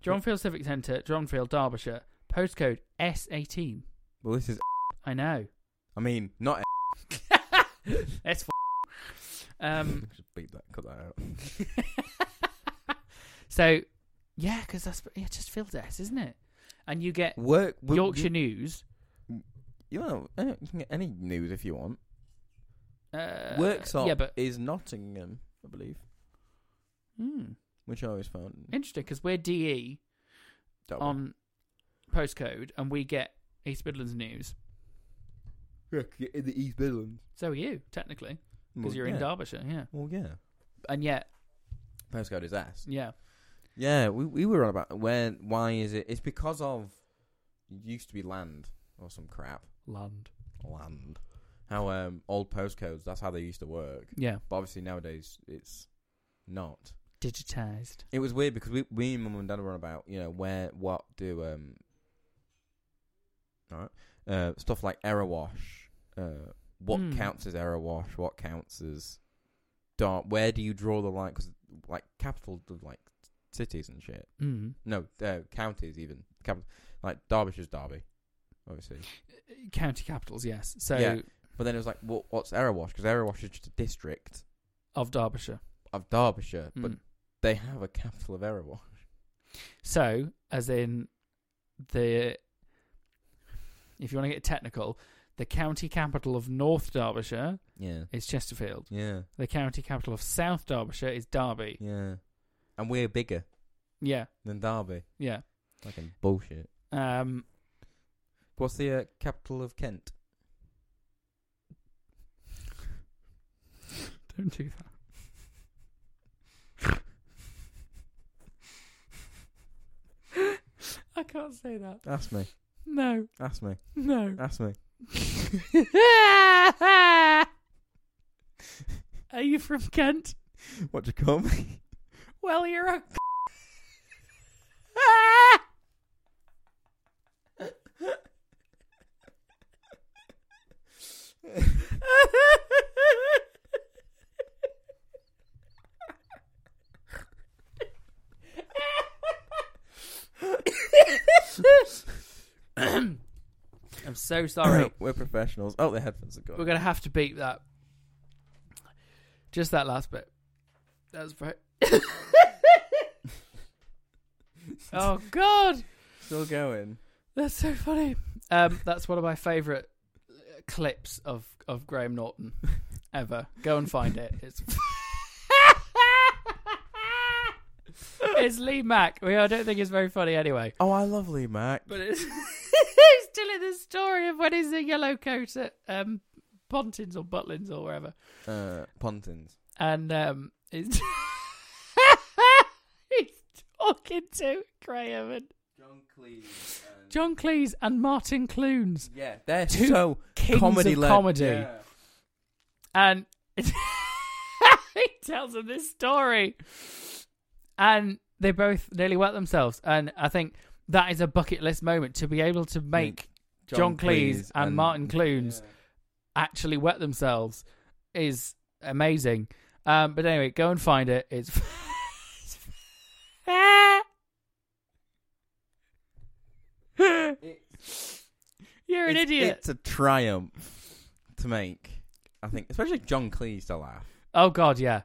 S3: Dronfield Civic Centre, Dronfield, Derbyshire. Postcode S18.
S2: Well, this is.
S3: I know.
S2: I mean, not.
S3: That's f- um.
S2: Just beep that. Cut that out.
S3: so, yeah, because that's yeah, it just feels S, isn't it? And you get
S2: Work. w-
S3: Yorkshire News.
S2: You, you know, eh, you can get any news if you want.
S3: Uh,
S2: Worksop
S3: Yeah, but
S2: is Nottingham, I believe,
S3: hmm,
S2: which I always found.
S3: interesting because we're DE
S2: dull.
S3: on postcode, and we get East Midlands News.
S2: Yeah, 'cause you're in the East Midlands.
S3: So are you technically because
S2: Well,
S3: you're in
S2: yeah.
S3: Derbyshire, yeah.
S2: Well, yeah.
S3: And yet,
S2: Postcode is S.
S3: yeah,
S2: Yeah, we we were on about where why is it? It's because of it used to be land or some crap
S3: land.
S2: land. How um old postcodes that's how they used to work,
S3: Yeah,
S2: but obviously nowadays it's not.
S3: digitized.
S2: It was weird because we we and mum and dad were on about you know where what do um all right uh stuff like error wash uh what
S3: Hmm.
S2: counts as error wash what counts as dark where do you draw the line because like capital of like cities and shit
S3: Mm.
S2: no, uh, counties even. Cap- like Derbyshire's Derby, obviously.
S3: County capitals, yes. So
S2: Yeah. But then it was like, what, what's Erewash? Because Erewash is just a district
S3: of Derbyshire.
S2: of Derbyshire, but
S3: Mm.
S2: they have a capital of Erewash.
S3: So, as in the, if you want to get technical, the county capital of North Derbyshire
S2: Yeah,
S3: is Chesterfield.
S2: yeah,
S3: The county capital of South Derbyshire is Derby.
S2: yeah. And we're bigger
S3: Yeah,
S2: than Derby.
S3: yeah.
S2: Fucking bullshit.
S3: Um,
S2: What's the uh, capital of Kent?
S3: don't do that. I can't say that.
S2: Ask me.
S3: No,
S2: Ask me.
S3: no.
S2: Ask me.
S3: Are you from Kent?
S2: What do you call me?
S3: Well, you're a. Ah! I'm so sorry.
S2: We're professionals. Oh, the headphones are
S3: We're
S2: gone.
S3: gonna have to beat that. Just that last bit. That was very. oh God,
S2: Still going.
S3: that's so funny. Um, that's one of my favourite uh, clips of of Graham Norton ever. Go and find it. It's. it's Lee Mack. We I don't think it's very funny anyway.
S2: Oh, I love Lee Mack.
S3: But it's he's telling the story of when he's a yellow coat at um, Pontins or Butlins or wherever,
S2: Uh, Pontins.
S3: and um, he's he's talking to Graham and
S2: John Cleese.
S3: John Cleese and Martin Clunes,
S2: Yeah, they're
S3: Two
S2: so
S3: kings
S2: comedy
S3: of
S2: led.
S3: comedy,
S2: Yeah.
S3: and he tells them this story, and they both nearly wet themselves, and I think. That is a bucket list moment to be able to make John, Cleese, and, Martin Clunes actually wet themselves is amazing. Um, but anyway, go and find it. It's. You're an
S2: it's,
S3: idiot.
S2: It's a triumph to make. I think, especially John Cleese to laugh.
S3: Oh God, yeah,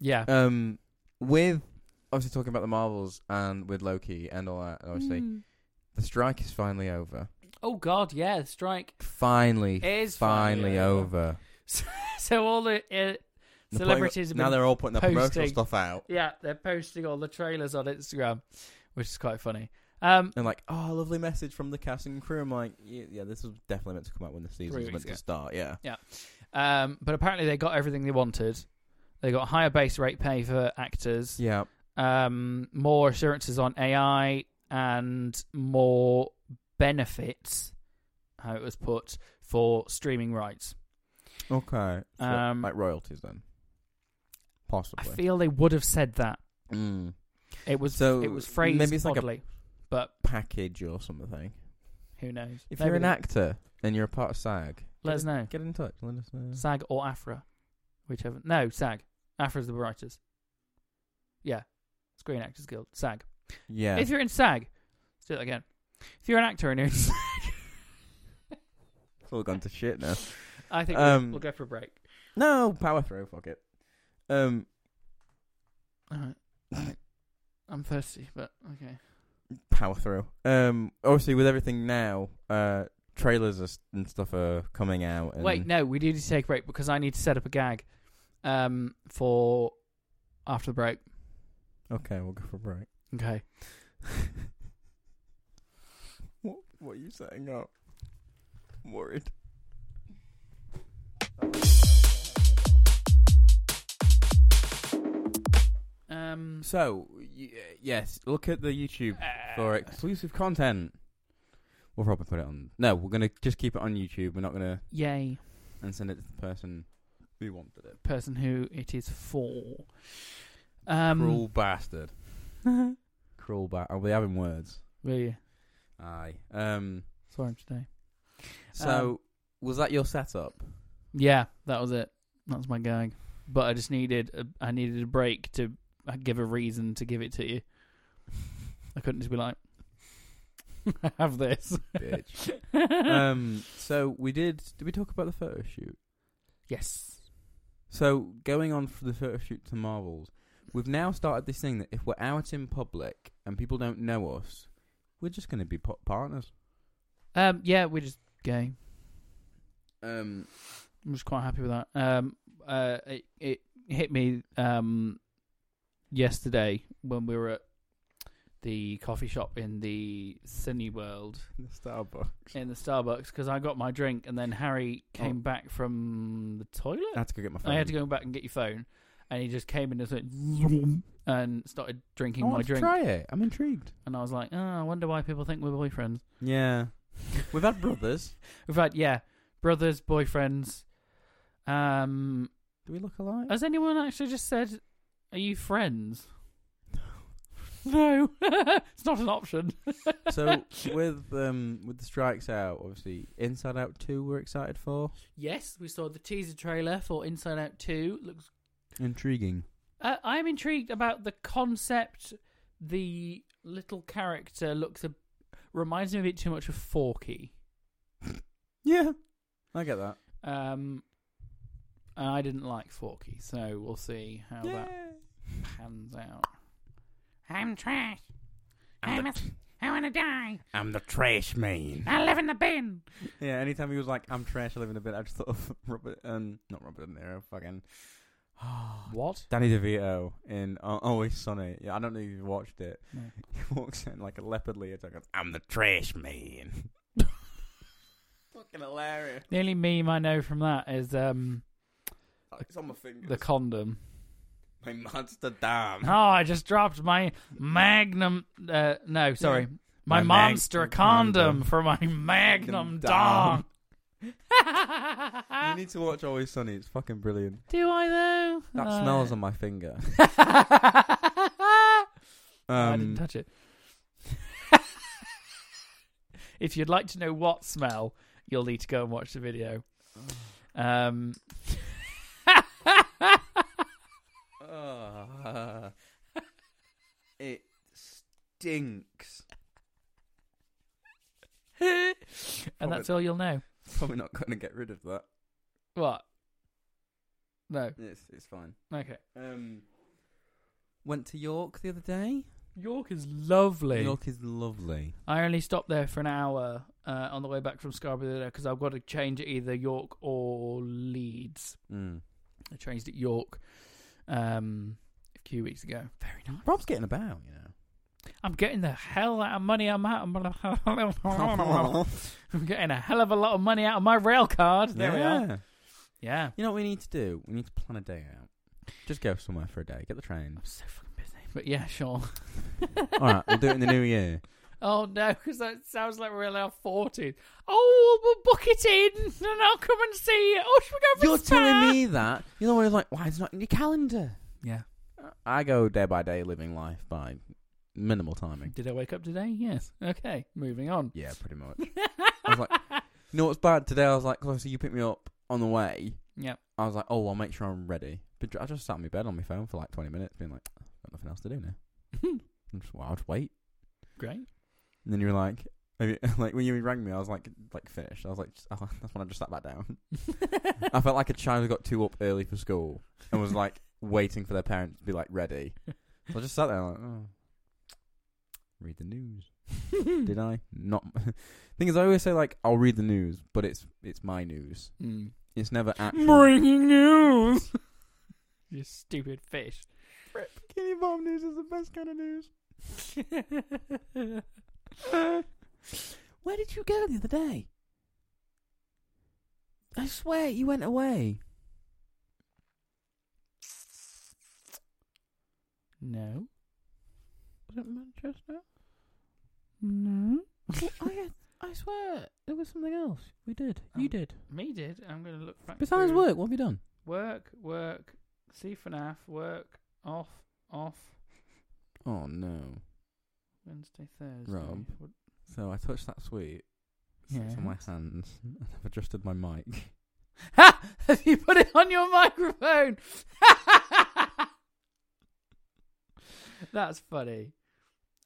S3: yeah.
S2: Um, with obviously talking about the Marvels and with Loki and all that. Obviously,
S3: Mm.
S2: the strike is finally over.
S3: Oh God, yeah. The strike
S2: Finally,
S3: is
S2: finally over.
S3: So all the uh,
S2: They're
S3: Celebrities have
S2: putting, now
S3: been
S2: they're all putting their promotional
S3: posting.
S2: stuff out
S3: yeah, they're posting all the trailers on Instagram, which is quite funny. Um,
S2: and like, oh, lovely message from the cast and crew. I'm like, yeah, yeah this was definitely meant to come out when the season was
S3: weeks
S2: meant
S3: ago.
S2: to start. Yeah,
S3: um, but apparently they got everything they wanted. They got higher base rate pay for actors.
S2: yeah.
S3: um, more assurances on AI and more benefits, how it was put, for streaming rights.
S2: Okay. So,
S3: Um,
S2: like royalties then.
S3: I
S2: Possibly.
S3: feel they would have said that.
S2: mm.
S3: It was
S2: So,
S3: it was phrased
S2: maybe it's like a-
S3: oddly, but
S2: Package or something.
S3: who knows?
S2: If
S3: Maybe
S2: you're an
S3: they-
S2: actor and you're a part of SAG,
S3: let us know.
S2: get in touch. Let us know.
S3: SAG or AFRA, whichever. No, SAG. AFRA's the writers. Yeah, Screen Actors Guild. SAG.
S2: Yeah.
S3: If you're in SAG, let's do that again. If you're an actor and you're in SAG,
S2: it's all gone to shit now.
S3: I think
S2: Um,
S3: we'll, we'll go for a break.
S2: No, power throw, fuck it. Um,
S3: All right. I'm thirsty, but okay.
S2: power through. Um, obviously with everything now, uh, trailers are, s- and stuff are coming out. And
S3: Wait, no, we do need to take a break because I need to set up a gag um, for after the break.
S2: Okay, we'll go for a break.
S3: Okay.
S2: What What are you setting up? I'm worried.
S3: Um,
S2: So y- uh, yes, look at the YouTube for
S3: uh,
S2: exclusive content. We'll probably put it on. No, we're gonna just keep it on YouTube. We're not gonna
S3: yay,
S2: and send it to the person who wanted it.
S3: person who it is for. Um,
S2: Cruel bastard. Cruel bastard. I'll be having words.
S3: Really,
S2: Aye. Um.
S3: saw him today. Um,
S2: So was that your setup?
S3: Yeah, that was it. That was my gag. But I just needed a, I needed a break to uh, give a reason to give it to you. I couldn't just be like, have this.
S2: Bitch. um. So we did. Did we talk about the photo shoot?
S3: yes.
S2: So going on for the photo shoot to Marvels, we've now started this thing that if we're out in public and people don't know us, we're just going to be po- partners.
S3: Um. Yeah, we're just gay.
S2: Um.
S3: I'm just quite happy with that. Um. Uh. It, it hit me. Um. Yesterday when we were at the coffee shop in the Cineworld. World.
S2: The Starbucks.
S3: in the Starbucks because I got my drink, and then Harry came
S2: Oh.
S3: back from the toilet.
S2: I had to go get my phone.
S3: I had to go back and get your phone, and he just came in and said, and started
S2: I
S3: drinking
S2: want
S3: my
S2: to
S3: drink,
S2: try it. I'm intrigued.
S3: and I was like, oh, I wonder why people think we're boyfriends.
S2: Yeah. We've had brothers.
S3: In fact, yeah, brothers, boyfriends. Um,
S2: Do we look alike?
S3: has anyone actually just said, are you friends? No, it's not an option.
S2: so with um with the strikes out, obviously Inside Out Two, we're excited for.
S3: Yes, we saw the teaser trailer for Inside Out Two. Looks
S2: Intriguing.
S3: Uh, I'm intrigued about the concept. The little character looks a reminds me a bit too much of Forky.
S2: Yeah, I get that.
S3: Um, and I didn't like Forky, so we'll see how
S2: yeah.
S3: that pans out. I'm trash. I'm a, I want to die.
S2: I'm the trash man.
S3: I live in the bin.
S2: Yeah, anytime he was like, "I'm trash, I live in a bit," I just thought of Robert, um, not Robert De Niro, fucking
S3: What?
S2: Danny DeVito in uh, Always Sunny. Yeah, I don't know if you watched it.
S3: No.
S2: He walks in like a leopard leotard. Goes, I'm the trash man. fucking hilarious.
S3: The only meme I know from that is um
S2: It's on my fingers.
S3: the condom.
S2: my monster dam.
S3: Oh, I just dropped my Magnum. Uh, no, sorry,
S2: My
S3: my,
S2: mag-
S3: monster condom for my Magnum
S2: Magnum
S3: dong.
S2: dong. You need to watch Always Sunny. It's fucking brilliant.
S3: Do I though?
S2: That
S3: Uh,
S2: smells on my finger.
S3: I didn't
S2: Um,
S3: touch it. if you'd like to know what smell, you'll need to go and watch the video. Um,
S2: uh, it stinks.
S3: and that's all you'll know.
S2: Probably not going to get rid of that.
S3: What? No.
S2: It's it's fine.
S3: Okay.
S2: Um, went to York the other day.
S3: York is lovely.
S2: York is lovely.
S3: I only stopped there for an hour uh, on the way back from Scarborough because I've got to change at either York or Leeds.
S2: Mm.
S3: I changed at York um, a few weeks ago. Very nice.
S2: Rob's getting about, you
S3: I'm getting the hell out of money I'm out.
S2: know.
S3: I'm getting a hell of a lot of money out of my rail card. There we are.
S2: yeah.
S3: Yeah.
S2: You know what we need to do? We need to plan a day out. Just go somewhere for a day. Get the train.
S3: I'm so fucking busy. But yeah, sure.
S2: All right, we'll do it in the new year.
S3: Oh no, because that sounds like we're in our forties. Oh, we'll book it in, and I'll come and see you. Oh, should we go
S2: You're
S3: for a spa?
S2: telling me that. You're always like, why is it not in your calendar?
S3: Yeah.
S2: I go day by day living life by minimal timing.
S3: Did I wake up today? Yes. Okay. Moving on.
S2: Yeah, pretty much. I was like, you know what's bad today? I was like, 'cause obviously you picked me up on the way.
S3: Yep.
S2: I was like, oh, I'll make sure I'm ready. But I just sat in my bed on my phone for like 20 minutes, being like, got nothing else to do now. I'm just, well, I'll just wait.
S3: Great.
S2: And then you were like, have you- like when you rang me, I was like, like finished. I was like, just- oh, that's when I just sat back down. I felt like a child who got too up early for school and was like waiting for their parents to be like ready. So I just sat there like, oh, read the news. Did
S4: Hmm.
S2: I not? thing is, I always say like I'll read the news, but it's it's my news.
S3: Mm.
S2: It's never actually.
S3: Breaking news. you stupid fish.
S2: Bikini Bomb news is the best kind of news.
S4: Where did you go the other day? I swear you went away.
S3: no.
S4: Was it Manchester?
S3: No.
S4: I, I swear there was something else we did.
S2: Oh.
S3: You
S4: did.
S3: Me did. I'm going to look back.
S4: Besides
S3: through.
S4: work, what have you done?
S3: Work, work, see FNAF, work, off, off,
S2: Oh no!
S3: Wednesday, Thursday.
S2: Rob.
S3: What-
S2: So I touched that sweet. It's it's on my
S3: Yes.
S2: hands. I've adjusted my mic.
S3: Ha! Have you put it on your microphone? That's funny.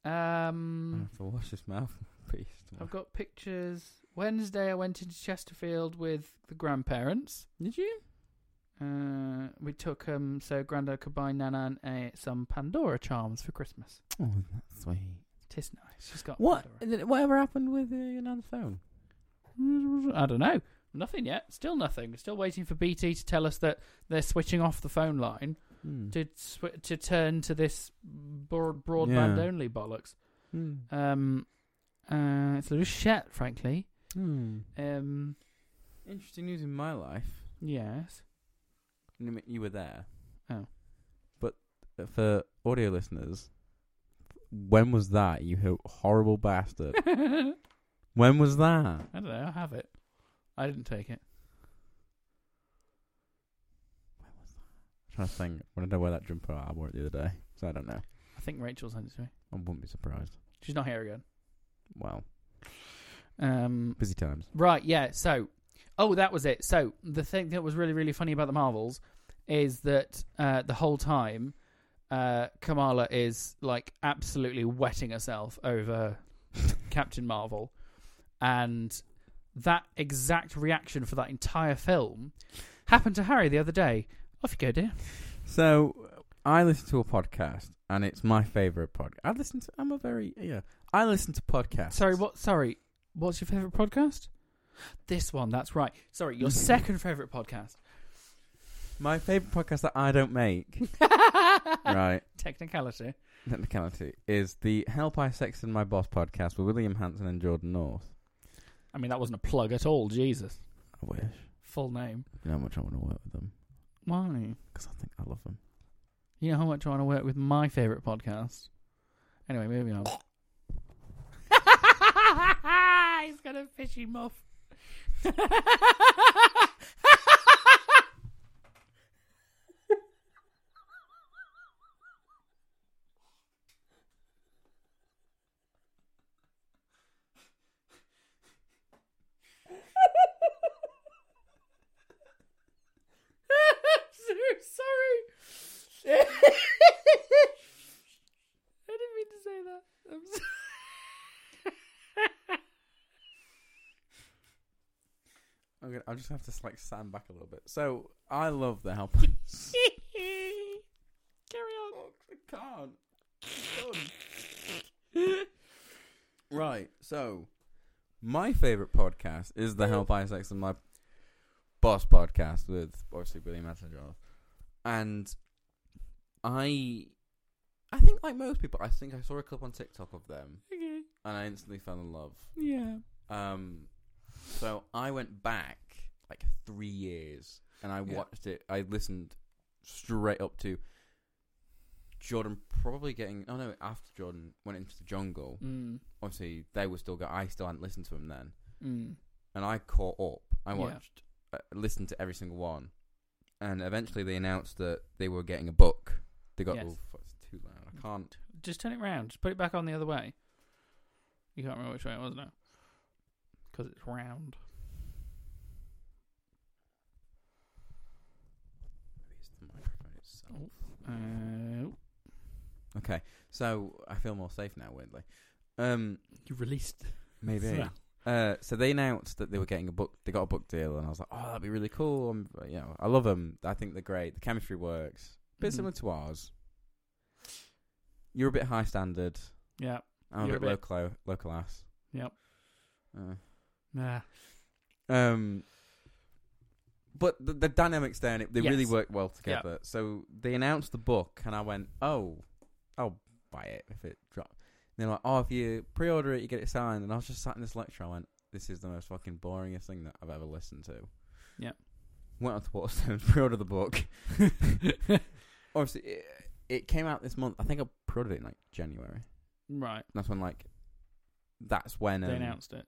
S4: Hmm.
S2: I
S3: Um,
S2: have to wash this mouthpiece.
S3: I've got pictures. Wednesday, I went into Chesterfield with the grandparents.
S2: Did you?
S3: Uh, we took um, so Grandad could buy Nanan uh, some Pandora charms for Christmas.
S2: Oh, that's sweet.
S3: Tis nice. She's got
S2: What?
S3: Pandora.
S2: And then Whatever happened with uh, your nan's phone?
S3: I don't know. Nothing yet. Still nothing. Still waiting for BT to tell us that they're switching off the phone line
S2: Hmm.
S3: to sw- to turn to this broad- broadband
S2: Yeah.
S3: only bollocks.
S2: Hmm.
S3: Um, uh, it's a little shit, frankly.
S2: Hmm.
S3: Um,
S2: Interesting news in my life.
S3: yes.
S2: You mean- You were there.
S3: Oh.
S2: But uh, for audio listeners, when was that? You ho- horrible bastard.
S3: I don't
S2: when was that?
S3: know. I have it. I didn't take it.
S2: trying to think. I don't know where that jumper I wore it the other day, so I don't know.
S3: I think Rachel sent it to me.
S2: I wouldn't be surprised.
S3: She's not here again.
S2: Wow,
S3: Um,
S2: busy times.
S3: Right, yeah. So, oh, that was it. So, the thing that was really, really funny about the Marvels is that uh, the whole time, uh, Kamala is like absolutely wetting herself over Captain Marvel. And that exact reaction for that entire film happened to Harry the other day. Off you go, dear.
S2: So I listen to a podcast, and it's my favorite podcast. I listen to. I'm a very yeah. I listen to podcasts.
S3: Sorry, what? Sorry, what's your favorite podcast? This one, that's right. Sorry, your second favorite podcast.
S2: My favorite podcast that I don't make, right?
S3: Technicality.
S2: Technicality is the "Help I Sexed My Boss" podcast with William Hanson and Jordan North.
S3: I mean, that wasn't a plug at all. Jesus.
S2: I wish.
S3: Full name.
S2: You know how much I want to work with them
S3: Why?
S2: because I think I love them.
S3: You know how much I want to work with my favourite podcast. Anyway, moving on. He's got a fishy muff. so sorry. I didn't mean to say that. I'm sorry.
S2: I'm gonna, I'll just have to like stand back a little bit. So I love the help.
S3: Carry on.
S2: I right, so my favorite podcast is the Help I Sex and My Boss podcast with obviously William Attenborough, and I, I think like most people, I think I saw a clip on TikTok of them,
S3: Okay.
S2: and I instantly fell in love.
S3: Yeah.
S2: Um, so I went back like three years, and I
S3: Yeah.
S2: watched it. I listened straight up to Jordan probably getting. Oh no, after Jordan went into the jungle,
S3: Mm.
S2: obviously they were still. Go- I still hadn't listened to him then,
S3: Mm.
S2: and I caught up. I
S3: Yeah.
S2: watched, uh, listened to every single one, and eventually they announced that they were getting a book. They got
S3: Yes.
S2: oh, fuck, it's too loud. I can't.
S3: Just turn it round. Just put it back on the other way. You can't remember which way it was now. Because it's round.
S2: Maybe it's the microphone itself.
S3: Oh, Uh,
S2: Okay, So I feel more safe now, weirdly. Um,
S3: You released.
S2: maybe.
S3: Yeah.
S2: Uh, so they announced that they were getting a book. They got a book deal, and I was like, "Oh, that'd be really cool." Um you know, I love them. I think they're great. The chemistry works. Bit
S3: Mhm.
S2: similar to ours. You're a bit high standard.
S3: Yeah.
S2: I'm a
S3: You're
S2: bit,
S3: a
S2: local, local ass.
S3: Yep.
S2: Uh,
S3: Nah.
S2: um, but the, the dynamics there, and it, they really
S3: Yes.
S2: work well together. So they announced the book, and I went, "Oh, I'll buy it if it drops." And they're like, "Oh, if you pre-order it, you get it signed." And I was just sat in this lecture. I went, "This is the most fucking boringest thing that I've ever listened to."
S3: Yep.
S2: Went on to Waterstones, pre-ordered the book. Obviously, it, it came out this month. I think I pre-ordered it in like January.
S3: Right.
S2: That's when like, that's when
S3: They
S2: um,
S3: announced it.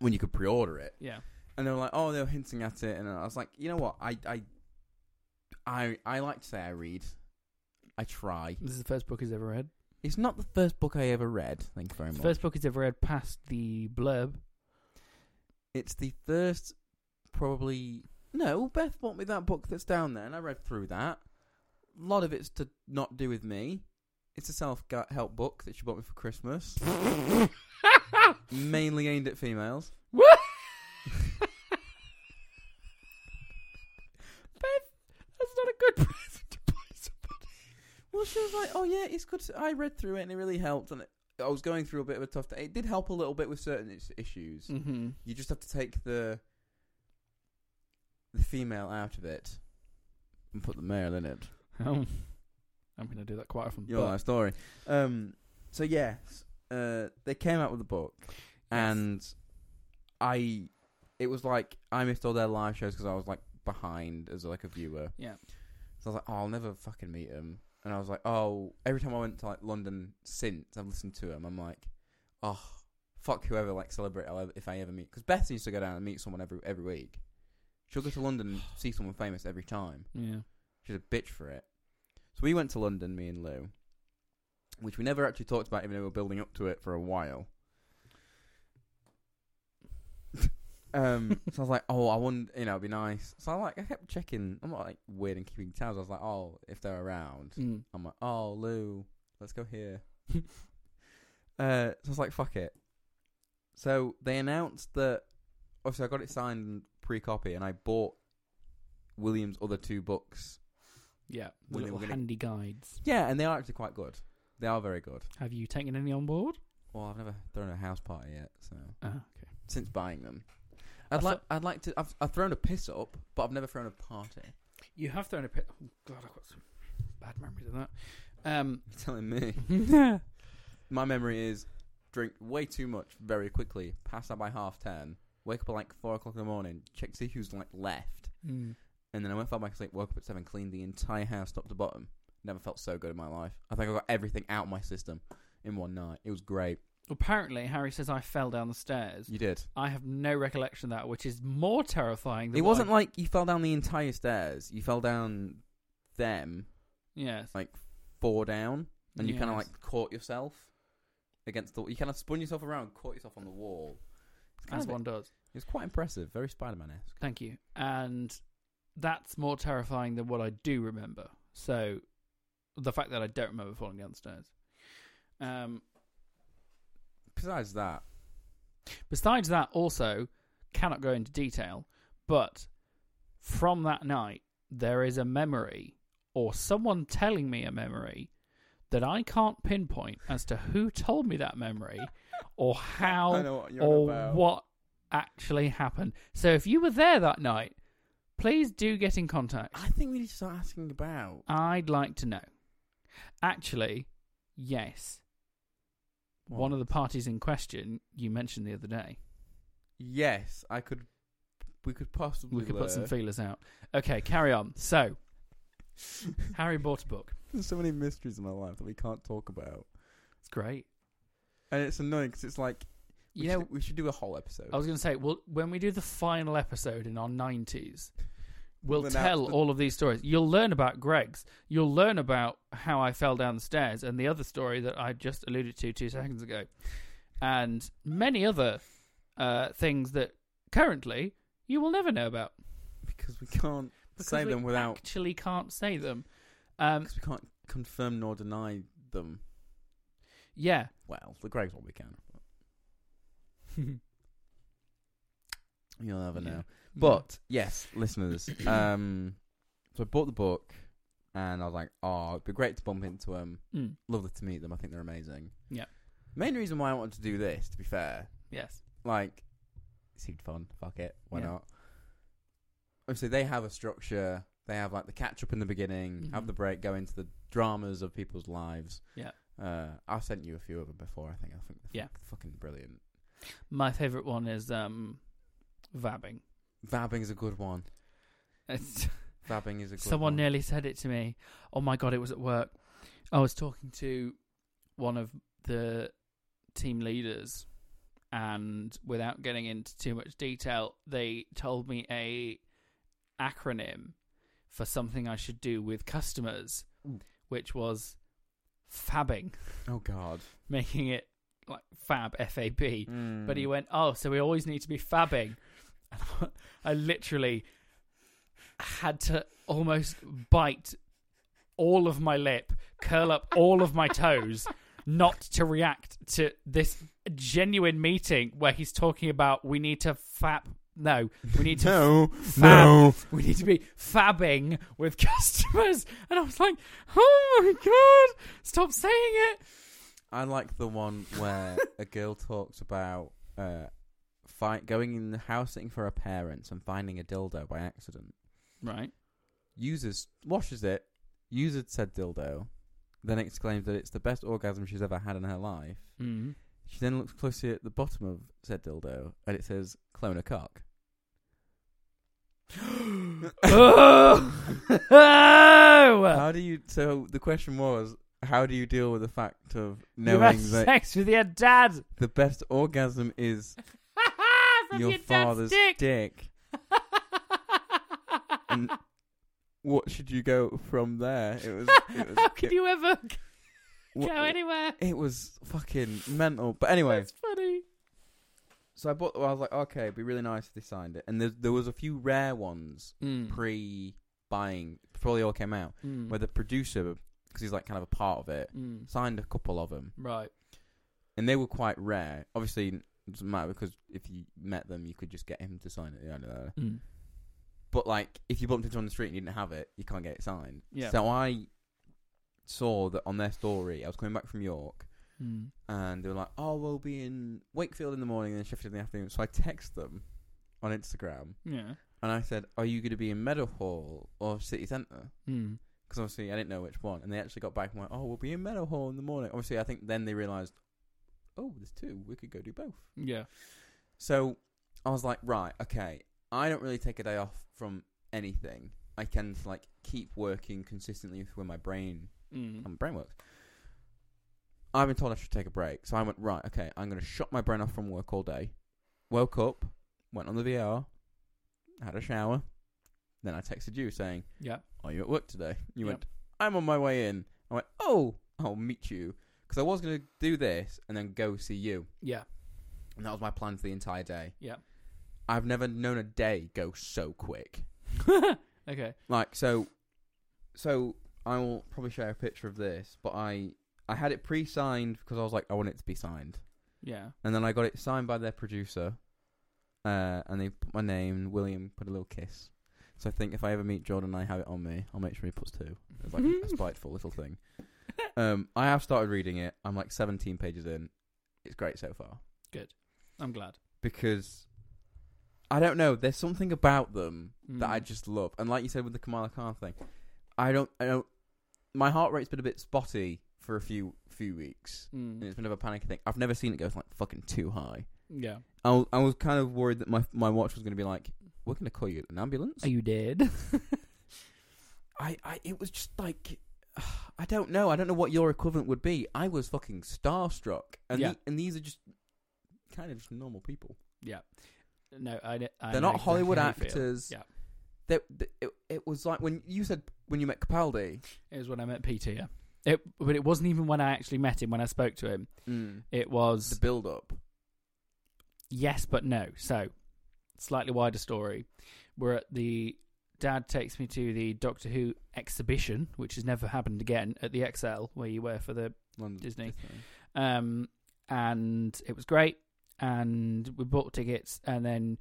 S2: when you could pre-order it
S3: Yeah.
S2: and they were like, "Oh, they were hinting at it," and I was like, "You know what? I, I, I, I like to say I read. I try.
S3: This is the first book he's ever read.
S2: It's not the first book I ever read. Thank you very
S3: It's
S2: much.
S3: the first book he's ever read past the blurb.
S2: It's the first, probably. No, Beth bought me that book that's down there, and I read through that. A lot of it's to not do with me. It's a self-help book that she bought me for Christmas, mainly aimed at females.
S3: What? That's not a good present to buy somebody.
S2: Well, she was like, "Oh yeah, it's good." to- I read through it and it really helped. And it, I was going through a bit of a tough day. It did help a little bit with certain is- issues.
S3: Mm-hmm.
S2: You just have to take the the female out of it and put the male in it.
S3: Um, I'm going to do that quite often.
S2: You know
S3: but-
S2: that story. Um, so yes, uh, they came out with the book, and I, it was like I missed all their live shows because I was like behind as like a viewer.
S3: Yeah.
S2: So I was like, oh, I'll never fucking meet him. And I was like, oh, every time I went to like London since I've listened to him, I'm like, oh, fuck whoever like celebrate I'll ever, if I ever meet. Because Beth used to go down and meet someone every every week. She'll go to London and see someone famous every time.
S3: Yeah.
S2: She's a bitch for it. So we went to London, me and Lou, which we never actually talked about, even though we were building up to it for a while. um, so I was like, oh, I want, you know, it'd be nice. So I like, I kept checking. I'm not like weird and keeping tabs. I was like, oh, if they're around,
S3: Mm.
S2: I'm like, oh, Lou, let's go here. uh, so I was like, fuck it. So they announced that. Obviously, I got it signed and pre-copy, and I bought William's other two books
S3: Yeah. The
S2: Well, then
S3: little
S2: we're gonna-
S3: handy guides.
S2: yeah, and they are actually quite good. They are very good.
S3: Have you taken any on board?
S2: Well, I've never thrown a house party yet, so
S3: Oh, okay.
S2: since buying them,
S3: I
S2: I'd like
S3: thought-
S2: I'd like to. I've, I've thrown a piss up, but I've never thrown a party.
S3: You have thrown a pit. Oh, God, I've got some bad memories of that. Um,
S2: You're telling me my memory is drink way too much very quickly, pass out by half ten, wake up at like four o'clock in the morning, check to see who's like left,
S3: Mm.
S2: and then I went for my sleep, woke up at seven, cleaned the entire house top to bottom. Never felt so good in my life. I think I got everything out of my system in one night. It was great.
S3: Apparently, Harry says I fell down the stairs.
S2: You did.
S3: I have no recollection of that, which is more terrifying. Than
S2: It
S3: what
S2: wasn't
S3: I-
S2: like you fell down the entire stairs. You fell down them,
S3: yes,
S2: like four down, and you kind of
S3: Yes.
S2: like caught yourself against the. You kind of spun yourself around, caught yourself on the wall. It's kind
S3: as
S2: of a-
S3: one does.
S2: It was quite impressive, very Spider-Man esque.
S3: Thank you. And that's more terrifying than what I do remember. So the fact that I don't remember falling downstairs. Um,
S2: Besides that,
S3: besides that, also cannot go into detail, but from that night there is a memory or someone telling me a memory that I can't pinpoint as to who told me that memory or how
S2: I know what you're
S3: or
S2: about.
S3: Oh, what actually happened. So if you were there that night, please do get in contact.
S2: I think we need to start asking about.
S3: I'd like to know. Actually, yes. One of the parties in question you mentioned the other day.
S2: Yes, I could. We could possibly.
S3: We could put some
S2: lure-
S3: feelers out. Okay, carry on. So, Harry bought a book.
S2: There's so many mysteries in my life that we can't talk about,
S3: It's great.
S2: and it's annoying because it's like we,
S3: You know,
S2: should, we should do a whole episode.
S3: I was going to say, well, when we do the final episode in our 90s, we'll
S2: We'll announce
S3: tell
S2: the-
S3: all of these stories. You'll learn about Greg's. You'll learn about how I fell down the stairs and the other story that I just alluded to two seconds ago, and many other uh, things that currently you will never know about.
S2: because we can't
S3: Because
S2: say
S3: we
S2: them without
S3: Actually, can't say them. Um,
S2: because we can't confirm nor deny them.
S3: Yeah.
S2: Well, the Greg's what we can. You'll never
S3: Yeah. Mm.
S2: know.
S3: Yeah.
S2: But yes, listeners. Um, so I bought the book, and I was like, "Oh, it'd be great to bump into them.
S3: Mm.
S2: Lovely to meet them. I think they're amazing."
S3: Yep.
S2: Main reason why I wanted to do this, to be fair,
S3: yes.
S2: like, it seemed fun. Fuck it, why
S3: Yeah.
S2: not? Obviously, they have a structure. They have like the catch up in the beginning, have
S3: Mhm.
S2: the break, go into the dramas of people's lives.
S3: Yeah.
S2: Uh, I've sent you a few of them before. I think. I think. They're
S3: Yeah.
S2: fuck- Fucking brilliant.
S3: My favorite one is um, vabbing.
S2: Vabbing is a good one.
S3: It's-
S2: Vabbing is a good
S3: Someone
S2: one.
S3: nearly said it to me. Oh my god, it was at work. I was talking to one of the team leaders, and without getting into too much detail, they told me a acronym for something I should do with customers,
S2: Ooh.
S3: which was fabbing,
S2: Oh God.
S3: making it like fab f a b. But
S2: Hmm.
S3: he went, oh, so we always need to be fabbing. And I literally had to almost bite all of my lip, curl up all of my toes, not to react to this genuine meeting where he's talking about we need to fab. No, we need to
S2: no,
S3: fab.
S2: no.
S3: We need to be fabbing with customers. And I was like, oh my god, stop saying it.
S2: I like the one where a girl talks about uh, fi- going in the house sitting for her parents and finding a dildo by accident.
S3: Right.
S2: Uses washes it, uses said dildo, then exclaims that it's the best orgasm she's ever had in her life.
S3: Mm.
S2: She then looks closely at the bottom of said dildo and it says clone a cock.
S3: oh!
S2: How do you? So the question was, how do you deal with the fact of
S3: you had
S2: knowing that
S3: sex with your dad.
S2: the best orgasm is
S3: From
S2: your, father's
S3: dad's dick.
S2: dick? And what should you go from there? It was. It was
S3: How could
S2: it,
S3: you ever
S2: wha-
S3: go anywhere?
S2: It was fucking mental. But anyway,
S3: That's funny.
S2: so I bought. Well, I was like, okay, it'd be really nice if they signed it. And there, there was a few rare ones
S3: Mm.
S2: pre-buying before they all came out, where the producer, because he's like kind of a part of it, signed a couple of them,
S3: Mm. Right.
S2: and they were quite rare. Obviously, it doesn't matter because if you met them, you could just get him to sign it. I don't know.
S3: Mm.
S2: But like, if you bumped into on the street and you didn't have it, you can't get it signed.
S3: Yeah.
S2: So I saw that on their story. I was coming back from York,
S3: Mm.
S2: and they were like, "Oh, we'll be in Wakefield in the morning and then Sheffield in the afternoon." So I text them on Instagram,
S3: Yeah.
S2: and I said, "Are you going to be in Meadowhall or City Centre?"
S3: Mm.
S2: Because obviously I didn't know which one, and they actually got back and went, "Oh, we'll be in Meadowhall in the morning." Obviously, I think then they realised, "Oh, there's two. We could go do both."
S3: Yeah.
S2: So I was like, right, okay. I don't really take a day off from anything. I can like keep working consistently with where my brain
S3: Mm.
S2: how my brain works. I've been told I should take a break, so I went right. Okay, I'm going to shut my brain off from work all day. Woke up, went on the VR, had a shower, then I texted you saying,
S3: Yeah.
S2: "Are you at work today?" You
S3: Yep.
S2: went, "I'm on my way in." I went, "Oh, I'll meet you," because I was going to do this and then go see you.
S3: Yeah.
S2: And that was my plan for the entire day.
S3: Yep.
S2: I've never known a day go so quick.
S3: okay.
S2: Like so so I will probably share a picture of this, but I I had it pre-signed because I was like I want it to be signed.
S3: Yeah.
S2: And then I got it signed by their producer. Uh, and they put my name, William put a little kiss. So I think if I ever meet Jordan I have it on me, I'll make sure he puts two. It's like
S3: Mm-hmm.
S2: a spiteful little thing. Um I have started reading it. I'm like 17 pages in. It's great so far
S3: I'm glad.
S2: because I don't know. There's something about them that
S3: Mm.
S2: I just love, and like you said with the Kamala Khan thing, I don't, I don't. My heart rate's been a bit spotty for a few few weeks, and
S3: Mm.
S2: it's been a bit of a panicky thing. I've never seen it go like fucking too high.
S3: Yeah.
S2: I was, I was kind of worried that my my watch was going to be like, we're going to call you an ambulance.
S3: you dead?
S2: I, I it was just like. I don't know. I don't know what your equivalent would be. I was fucking starstruck, and
S3: Yeah.
S2: the- and these are just kind of just normal people.
S3: no, I. d- I
S2: They're
S3: know
S2: not Hollywood
S3: exactly how you feel.
S2: actors.
S3: Yeah.
S2: They, they- it, it was like when you said when you met Capaldi.
S3: It was when I met Peter. Yeah. It, but it wasn't even when I actually met him. When I spoke to him,
S2: The
S3: it was
S2: build up.
S3: yes, but no. So, slightly wider story. We're at the dad takes me to the Doctor Who exhibition, which has never happened again at the XL where you were for the Disney. um, and it was great. And we bought tickets, and then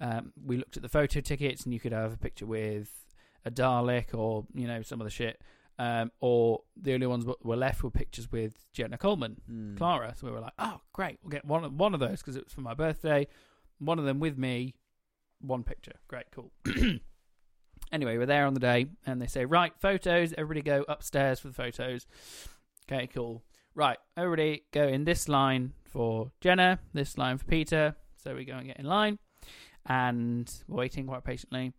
S3: um, we looked at the photo tickets, and you could have a picture with a Dalek or you know some other shit. Um, or the only ones that were left were pictures with Jenna Coleman,
S2: Mm.
S3: Clara. So we were like, oh, great, we'll get one of, one of those because it was for my birthday. One of them with me, one picture. Great, cool. anyway, we're there on the day, and they say, right, photos. Everybody go upstairs for the photos. Okay, cool. Right, everybody go in this line for Jenna, this line for Peter. So we go and get in line, and we're waiting quite patiently.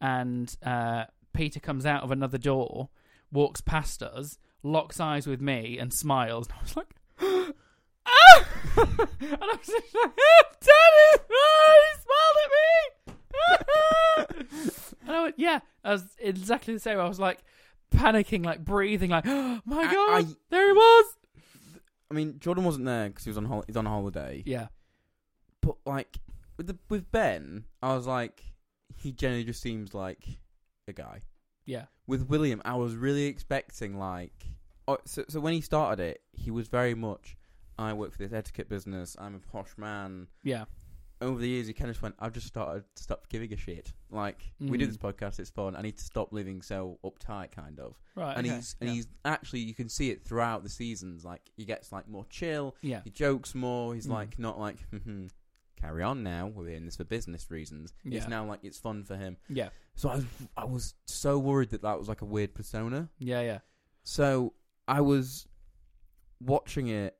S3: And uh, Peter comes out of another door, walks past us, locks eyes with me, and smiles. And I was like, ah! and I was just like, Daddy, ah, he smiled at me. and I went, yeah, I was exactly the same. I was like panicking, like breathing, like, oh my
S2: I-
S3: god,
S2: I-
S3: there he was.
S2: I mean, Jordan wasn't there because he was on hol- he's on holiday.
S3: Yeah,
S2: But like with the, with Ben, I was like, he generally just seems like a guy.
S3: yeah,
S2: With William, I was really expecting like, oh, so so when he started it, he was very much, I work for this etiquette business. I'm a posh man.
S3: yeah,
S2: Over the years, he kind of just went, I've just started to stop giving a shit. Like we do
S3: Mm.
S2: this podcast, it's fun. I need to stop living so uptight, kind of.
S3: right.
S2: and
S3: okay,
S2: he's and
S3: yeah.
S2: he's actually you can see it throughout the seasons. Like he gets like more chill,
S3: yeah,
S2: he jokes more. He's
S3: Mm.
S2: like not like "Mhm, carry on now. We're in this for business reasons.
S3: Yeah.
S2: It's now like it's fun for him.
S3: yeah,
S2: So I was, I was so worried that that was like a weird persona.
S3: yeah, yeah,
S2: So I was watching it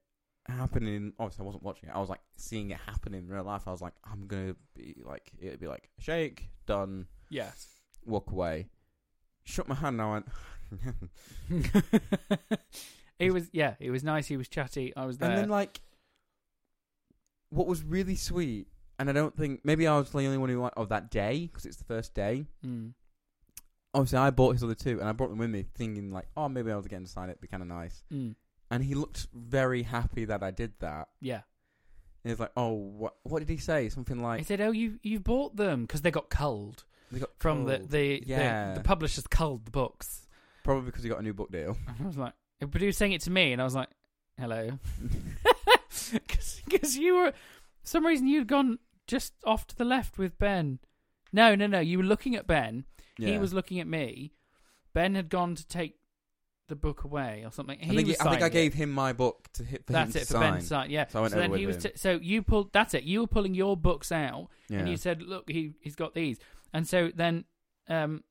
S2: happening. Obviously, I wasn't watching it. I was like seeing it happen in real life. I was like, I'm gonna be like it'd be like shake done
S3: yeah.
S2: walk away. Shut my hand. And I went.
S3: it was yeah, it was nice. He was chatty. I was there.
S2: And then like, what was really sweet, and I don't think maybe I was the only one who like of that day because it's the first day.
S3: Mm.
S2: Obviously, I bought his other two, and I brought them with me, thinking like, oh, maybe I'll get him to sign it. It'd be kind of nice.
S3: Mm.
S2: And he looked very happy that I did that.
S3: Yeah,
S2: And he was like, oh, what? What did he say? Something
S3: he
S2: like
S3: said, "Oh, you you bought them because they got culled
S2: they got
S3: from the
S2: culled.
S3: the, the-
S2: Yeah.
S3: the publishers culled the books."
S2: probably because he got a new book deal.
S3: And I was like, but he was saying it to me, and I was like, "Hello," because you were for some reason you'd gone just off to the left with Ben. No, no, no. You were looking at Ben. He
S2: Yeah.
S3: was looking at me. Ben had gone to take the book away or something.
S2: I
S3: He
S2: think,
S3: was
S2: I, think I
S3: signing it.
S2: gave him my book to hit for
S3: That's
S2: him
S3: it
S2: to
S3: for
S2: sign.
S3: Ben's side. Yeah.
S2: So I went over
S3: then
S2: with
S3: he was
S2: him.
S3: t- so you pulled. That's it. You were pulling your books out,
S2: yeah.
S3: and you said, "Look, he he's got these." And so then, um,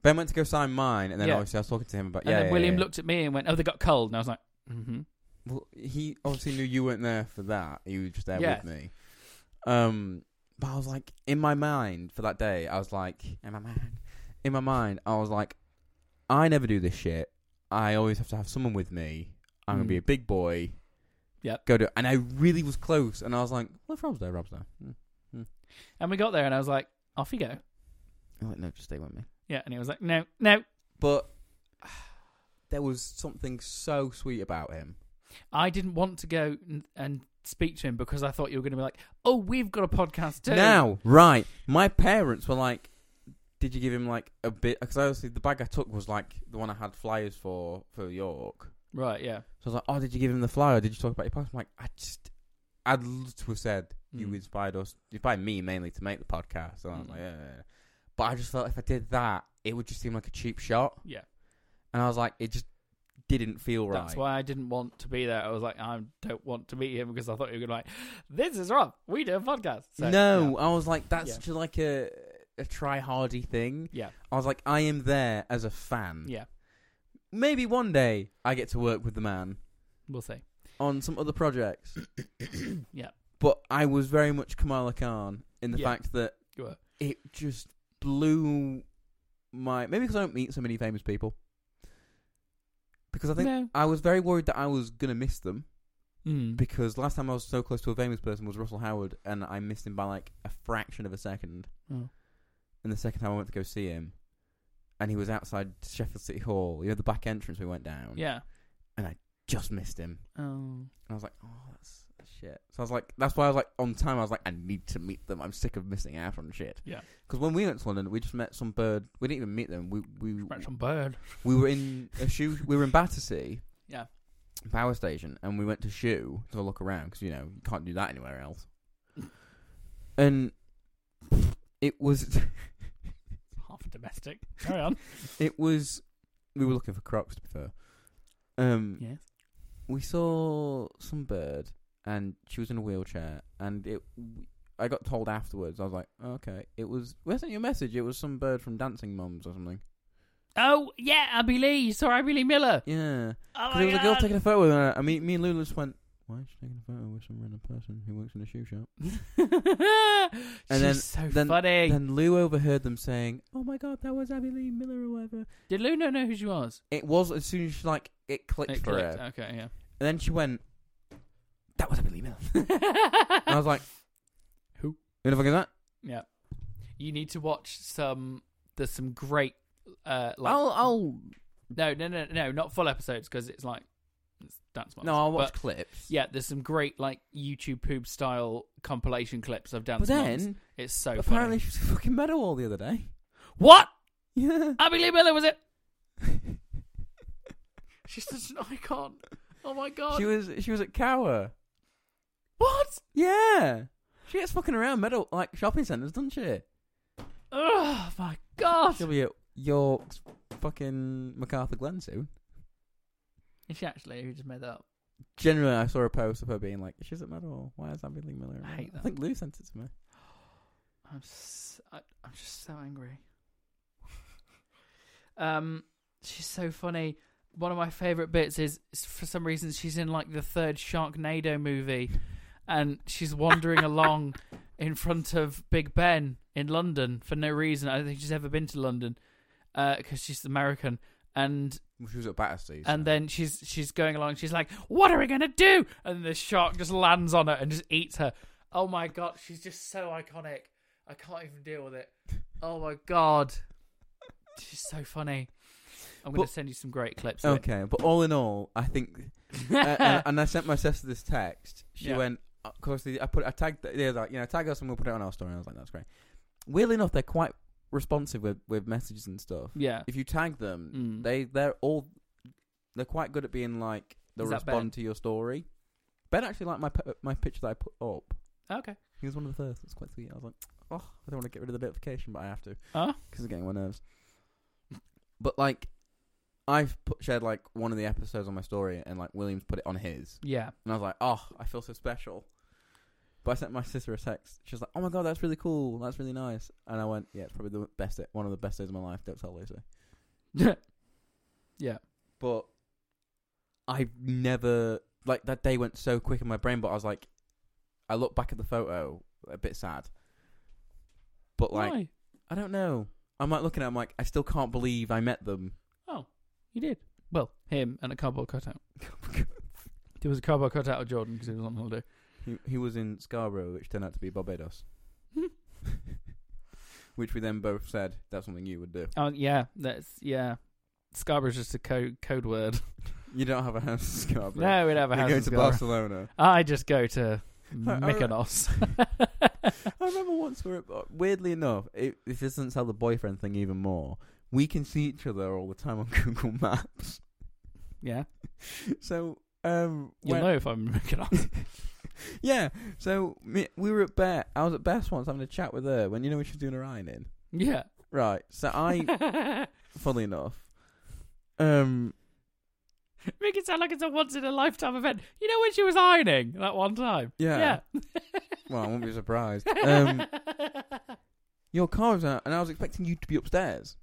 S2: Ben went to go sign mine, and then
S3: Yeah.
S2: obviously I was talking to him about
S3: and
S2: yeah.
S3: then
S2: yeah,
S3: William
S2: yeah.
S3: looked at me and went, "Oh, they got cold." And I was like, "Mm-hmm."
S2: Well, he obviously knew you weren't there for that. He was just there
S3: Yes.
S2: with me. Um, but I was like, in my mind for that day, I was like, in my mind, in my mind, I was like, I never do this shit. I always have to have someone with me. I'm gonna
S3: Mm.
S2: be a big boy.
S3: Yep.
S2: Go do, and I really was close, and I was like, "Well, if Rob's there, Rob's there." Mm.
S3: And we got there, and I was like, "Off you go."
S2: I'm like, "No, just stay with me."
S3: Yeah, and he was like, "No, no."
S2: But there was something so sweet about him.
S3: I didn't want to go and, and speak to him because I thought you were going to be like, "Oh, we've got a podcast too."
S2: Now, right, my parents were like, "Did you give him like a bit?" Because obviously the bag I took was like the one I had flyers for for York.
S3: right? Yeah,
S2: So I was like, "Oh, did you give him the flyer? Did you talk about your podcast?" I'm like, I just, I'd love to have said you
S3: Mm.
S2: inspired us, you inspired me mainly to make the podcast. And I was
S3: Mm.
S2: like, yeah, yeah, yeah. but I just felt if I did that, it would just seem like a cheap shot.
S3: Yeah.
S2: and I was like, it just didn't feel right.
S3: That's why I didn't want to be there. I was like, I don't want to meet him because I thought you were going to be like, this is wrong. We do a podcast. So,
S2: no, I was like, that's
S3: Yeah.
S2: just like a a try hardy thing.
S3: Yeah.
S2: I was like, I am there as a fan.
S3: Yeah.
S2: maybe one day I get to work with the man
S3: We'll see.
S2: on some other projects.
S3: Yeah.
S2: But I was very much Kamala Khan in the
S3: Yeah.
S2: fact that
S3: You were.
S2: it just blew my. Maybe because I don't meet so many famous people. Because I think
S3: no.
S2: I was very worried that I was going to miss them.
S3: Mm.
S2: Because last time I was so close to a famous person was Russell Howard, and I missed him by like a fraction of a second.
S3: Oh.
S2: And the second time I went to go see him, and he was outside Sheffield City Hall, you know, the back entrance we went down.
S3: Yeah.
S2: Just missed him.
S3: Oh.
S2: And I was like, oh, that's shit. So I was like, that's why I was like, on time, I was like, I need to meet them. I'm sick of missing out on shit.
S3: Yeah.
S2: Because when we went to London, we just met some bird. We didn't even meet them. We we
S3: Scratch on bird.
S2: we were in a shoe. We were in Battersea.
S3: Yeah.
S2: power station, and we went to Shoe to look around because you know you can't do that anywhere else. And it was
S3: Half a domestic. Carry on.
S2: it was we were looking for Crocs to be fair. Um,
S3: Yes.
S2: we saw some bird, and she was in a wheelchair, and it. I got told afterwards. I was like, "Oh, okay, it was. Where sent you a message? It was some bird from Dancing Mums or something.
S3: Oh yeah, Abby Lee. You saw Abby Lee Miller.
S2: Yeah.
S3: Oh
S2: Because
S3: my
S2: there was a girl
S3: God.
S2: taking a photo with her. I mean, me and Lulu just went, why is she taking a photo with some random person who works in a shoe shop?
S3: She's
S2: And then-
S3: so
S2: then-
S3: funny.
S2: Then Lou overheard them saying, oh my god, that was Abby Lee Miller or whatever.
S3: Did Lou not know who she was?
S2: It was as soon as she, like, it clicked
S3: It
S2: for
S3: clicked. uh.
S2: her.
S3: Okay, yeah.
S2: And then she went, that was Abby Lee Miller. And I was like,
S3: Who?
S2: Who the fuck is that?
S3: yeah. You need to watch some. There's some great. Uh, like,
S2: I'll, I'll,
S3: no, no, no, no, not full episodes because it's like it's dance
S2: no, I'll watch
S3: But,
S2: clips.
S3: yeah, there's some great like YouTube poop style compilation clips of dance.
S2: But then,
S3: moms. it's so
S2: apparently
S3: funny.
S2: she was fucking medal all the other day.
S3: What?
S2: Yeah.
S3: Abby Lee Miller was it? She's such an icon. Oh my god.
S2: she was, she was at Cower.
S3: what?
S2: Yeah. She gets fucking around medal, like, shopping centres, doesn't she?
S3: Oh my god.
S2: She'll be at York's fucking MacArthur Glen soon.
S3: Is she actually? Who just made that up?
S2: Generally, I saw a post of her being like, "She's at medal. Why is Abby Lee Miller?"
S3: I hate
S2: I think Lou sent it to me.
S3: I'm s I, I'm just so angry. um, she's so funny. One of my favorite bits is is for some reason she's in like the third Sharknado movie, and she's wandering along in front of Big Ben in London for no reason. I don't think she's ever been to London because she's American. And
S2: She was at Battersea.
S3: and then she's she's going along. She's like, "What are we gonna do?" And the shark just lands on her and just eats her. Oh my god, she's just so iconic. I can't even deal with it. Oh my god, she's so funny. I'm gonna
S2: But-
S3: send you some great clips. Of
S2: okay, but all in all, I think,
S3: it.
S2: uh, and, and I sent my sister this text. She
S3: Yeah.
S2: went, "Of course, I put, I tagged, they were like, you know, tag us and we'll put it on our story." And I was like, "That's great." Weirdly enough, they're quite responsive with with messages and stuff.
S3: yeah,
S2: If you tag them,
S3: Mm.
S2: they they're all they're quite good at being like they'll
S3: Is that
S2: respond
S3: Ben?
S2: to your story. Ben actually liked my p- my picture that I put up.
S3: okay.
S2: He was one of the first. It's quite sweet. I was like, oh, I don't want to get rid of the notification, but I have to
S3: Huh?
S2: because it's getting on my nerves. But like, I've put, shared like one of the episodes on my story, and like Williams put it on his,
S3: Yeah,
S2: and I was like, oh, I feel so special. But I sent my sister a text. She was like, oh my god, that's really cool. That's really nice. And I went, yeah, it's probably the best, day, one of the best days of my life. Don't tell Lucy. But I've never like that day went so quick in my brain. But I was like, I look back at the photo, a bit sad. But like,
S3: Why?
S2: I don't know. I'm like looking at. it, I'm like, I still can't believe I met them.
S3: Oh, you did well. Him and a cardboard cutout. There was a cardboard cutout of Jordan because he was on holiday.
S2: he, he was in Scarborough, which turned out to be Barbados, which we then both said that's something you would do.
S3: Oh yeah, that's yeah. Scarborough's just a code code word.
S2: You don't have a house in Scarborough.
S3: No, we'd have a
S2: You're
S3: house.
S2: going to
S3: in Scarborough.
S2: Barcelona.
S3: I just go to
S2: I- I-
S3: Mykonos.
S2: I remember once we were at- weirdly enough, it, this doesn't sell the boyfriend thing even more. We can see each other all the time on Google Maps.
S3: yeah,
S2: So um,
S3: you'll
S2: when-
S3: know if I'm in Mykonos.
S2: yeah. So me, we were at Beth. I was at Beth's once having a chat with her when you know when she was doing her ironing.
S3: yeah.
S2: Right. So I funny enough. Um,
S3: Make it sound like it's a once in a lifetime event. You know when she was ironing that one time?
S2: yeah. Well, I won't be surprised. Um, your car was out, and I was expecting you to be upstairs.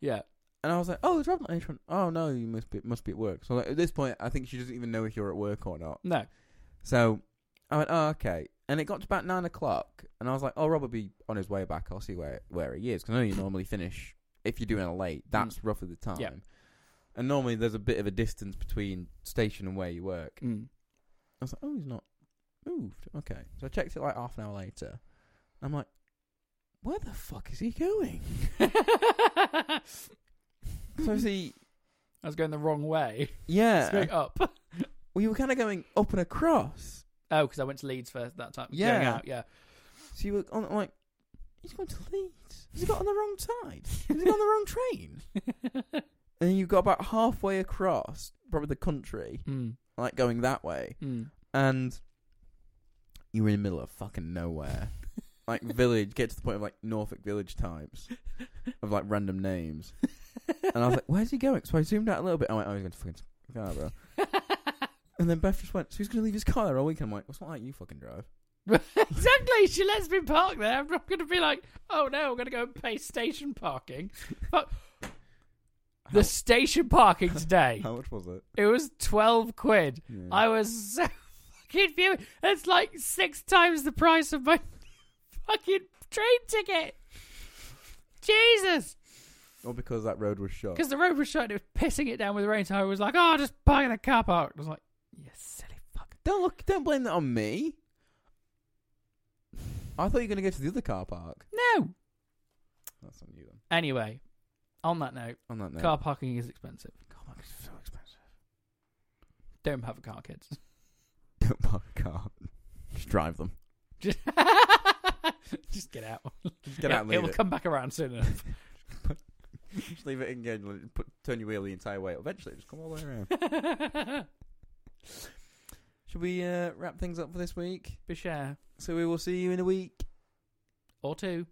S3: yeah.
S2: And I was like, "Oh, it's Rob." And she went, "Oh no, you must be must be at work." So like, at this point, I think she doesn't even know if you're at work or not.
S3: No.
S2: So I went, "Oh, okay." And it got to about nine o'clock, and I was like, "Oh, Rob will be on his way back. I'll see where where he is because I know you normally finish if you're doing it late. That's roughly the time."
S3: Mm. Yeah.
S2: And normally there's a bit of a distance between station and where you work.
S3: Mm.
S2: I was like, oh, he's not moved. Okay. So I checked it like half an hour later. I'm like, where the fuck is he going?
S3: I
S2: So obviously,
S3: was going the wrong way.
S2: yeah.
S3: Straight up.
S2: Well, you were kind of going up and across.
S3: Oh, because I went to Leeds first that time.
S2: Yeah.
S3: Going out, yeah.
S2: So you were on, I'm like, he's going to Leeds. Has he got on the wrong side? Has he got on the wrong train? And then you got about halfway across, probably the country,
S3: Mm.
S1: like going that way,
S3: Mm.
S1: and you were in the middle of fucking nowhere, like village. Get to the point of like Norfolk Village times of like random names, and I was like, "Where's he going?" So I zoomed out a little bit. I went, "Oh, he's going to fucking car, bro." And then Beth just went, "So he's going to leave his car there all weekend?" I'm like, "Well, it's not like you fucking drive."
S3: exactly. She lets me park there. I'm not going to be like, oh no, I'm going to go and pay station parking. Fuck.
S1: How-
S3: The station parking today,
S1: How much was it?
S3: it was 12 quid.
S1: Yeah.
S3: I was so fucking furious. That's like six times the price of my fucking train ticket. Jesus.
S1: Or because that road was shut.
S3: Because the road was shut and it was pissing it down with rain, so I was like, oh, just park in the car park. I was like, you silly fuck.
S1: Don't look. Don't blame that on me. I thought you were going to go to the other car park.
S3: No.
S1: That's on you then.
S3: Anyway, on that note,
S1: On that note,
S3: car parking is expensive.
S1: Car park is so expensive.
S3: Don't have a car, kids.
S1: Don't park a car. Just drive them.
S3: Just, just get out.
S1: Just get
S3: It-
S1: out. And leave
S3: It will
S1: it.
S3: come back around soon enough.
S1: Just leave it engaged. and Put, turn your wheel the entire way. Eventually, just come all the way around. Should we uh, wrap things up for this week?
S3: Bashar
S1: So we will see you in a week.
S3: or two.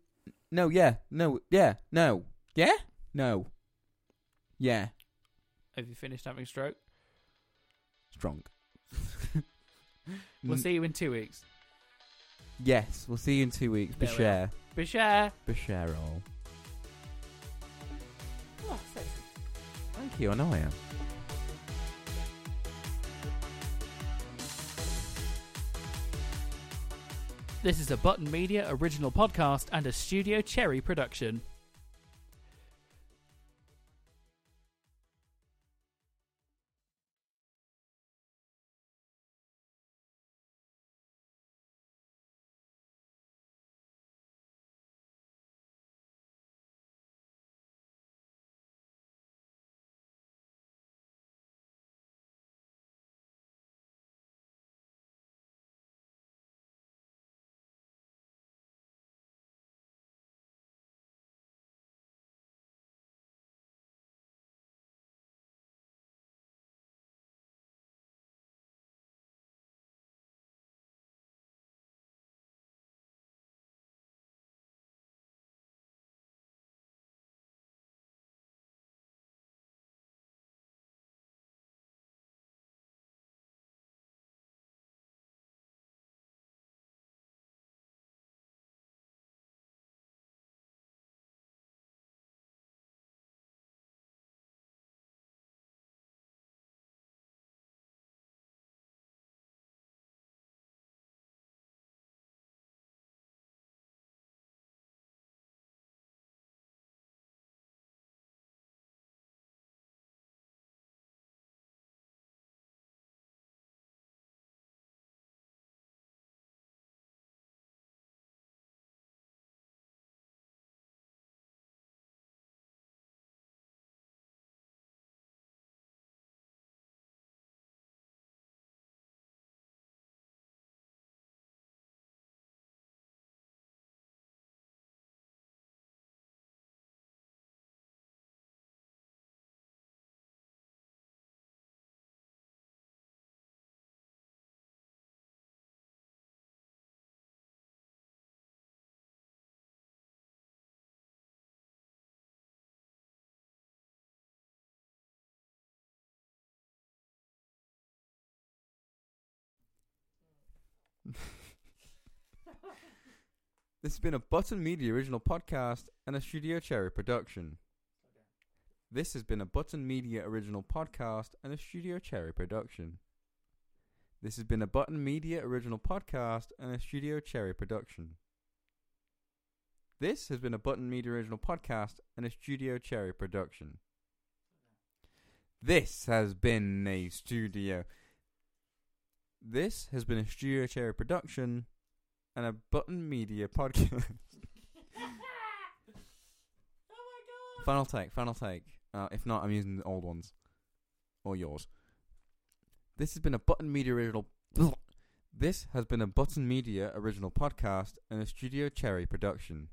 S1: No. Yeah. No. Yeah. No. Yeah. No. Yeah.
S3: Have you finished having a stroke?
S1: Strong.
S3: We'll
S2: Mm.
S1: N-
S3: see you in two weeks.
S1: Yes, we'll see you in two weeks.
S3: There we
S1: Bashar.
S3: Bashar.
S1: Bashar all. Thank you. I know I am.
S3: This is a Button Media original podcast and a Studio Cherry production.
S2: This has been a Button Media original podcast and a Studio Cherry production. This has been a Button Media original podcast and a Studio Cherry production. This has been a Button Media original podcast and a Studio Cherry production. This has been a Button Media original podcast and a Studio Cherry production. This has been a Studio. This has been a Studio Cherry production and a Button Media podcast. Final take, final take. Uh, if not, I'm using the old ones. Or yours. This has been a Button Media original. This has been a Button Media original podcast and a Studio Cherry production.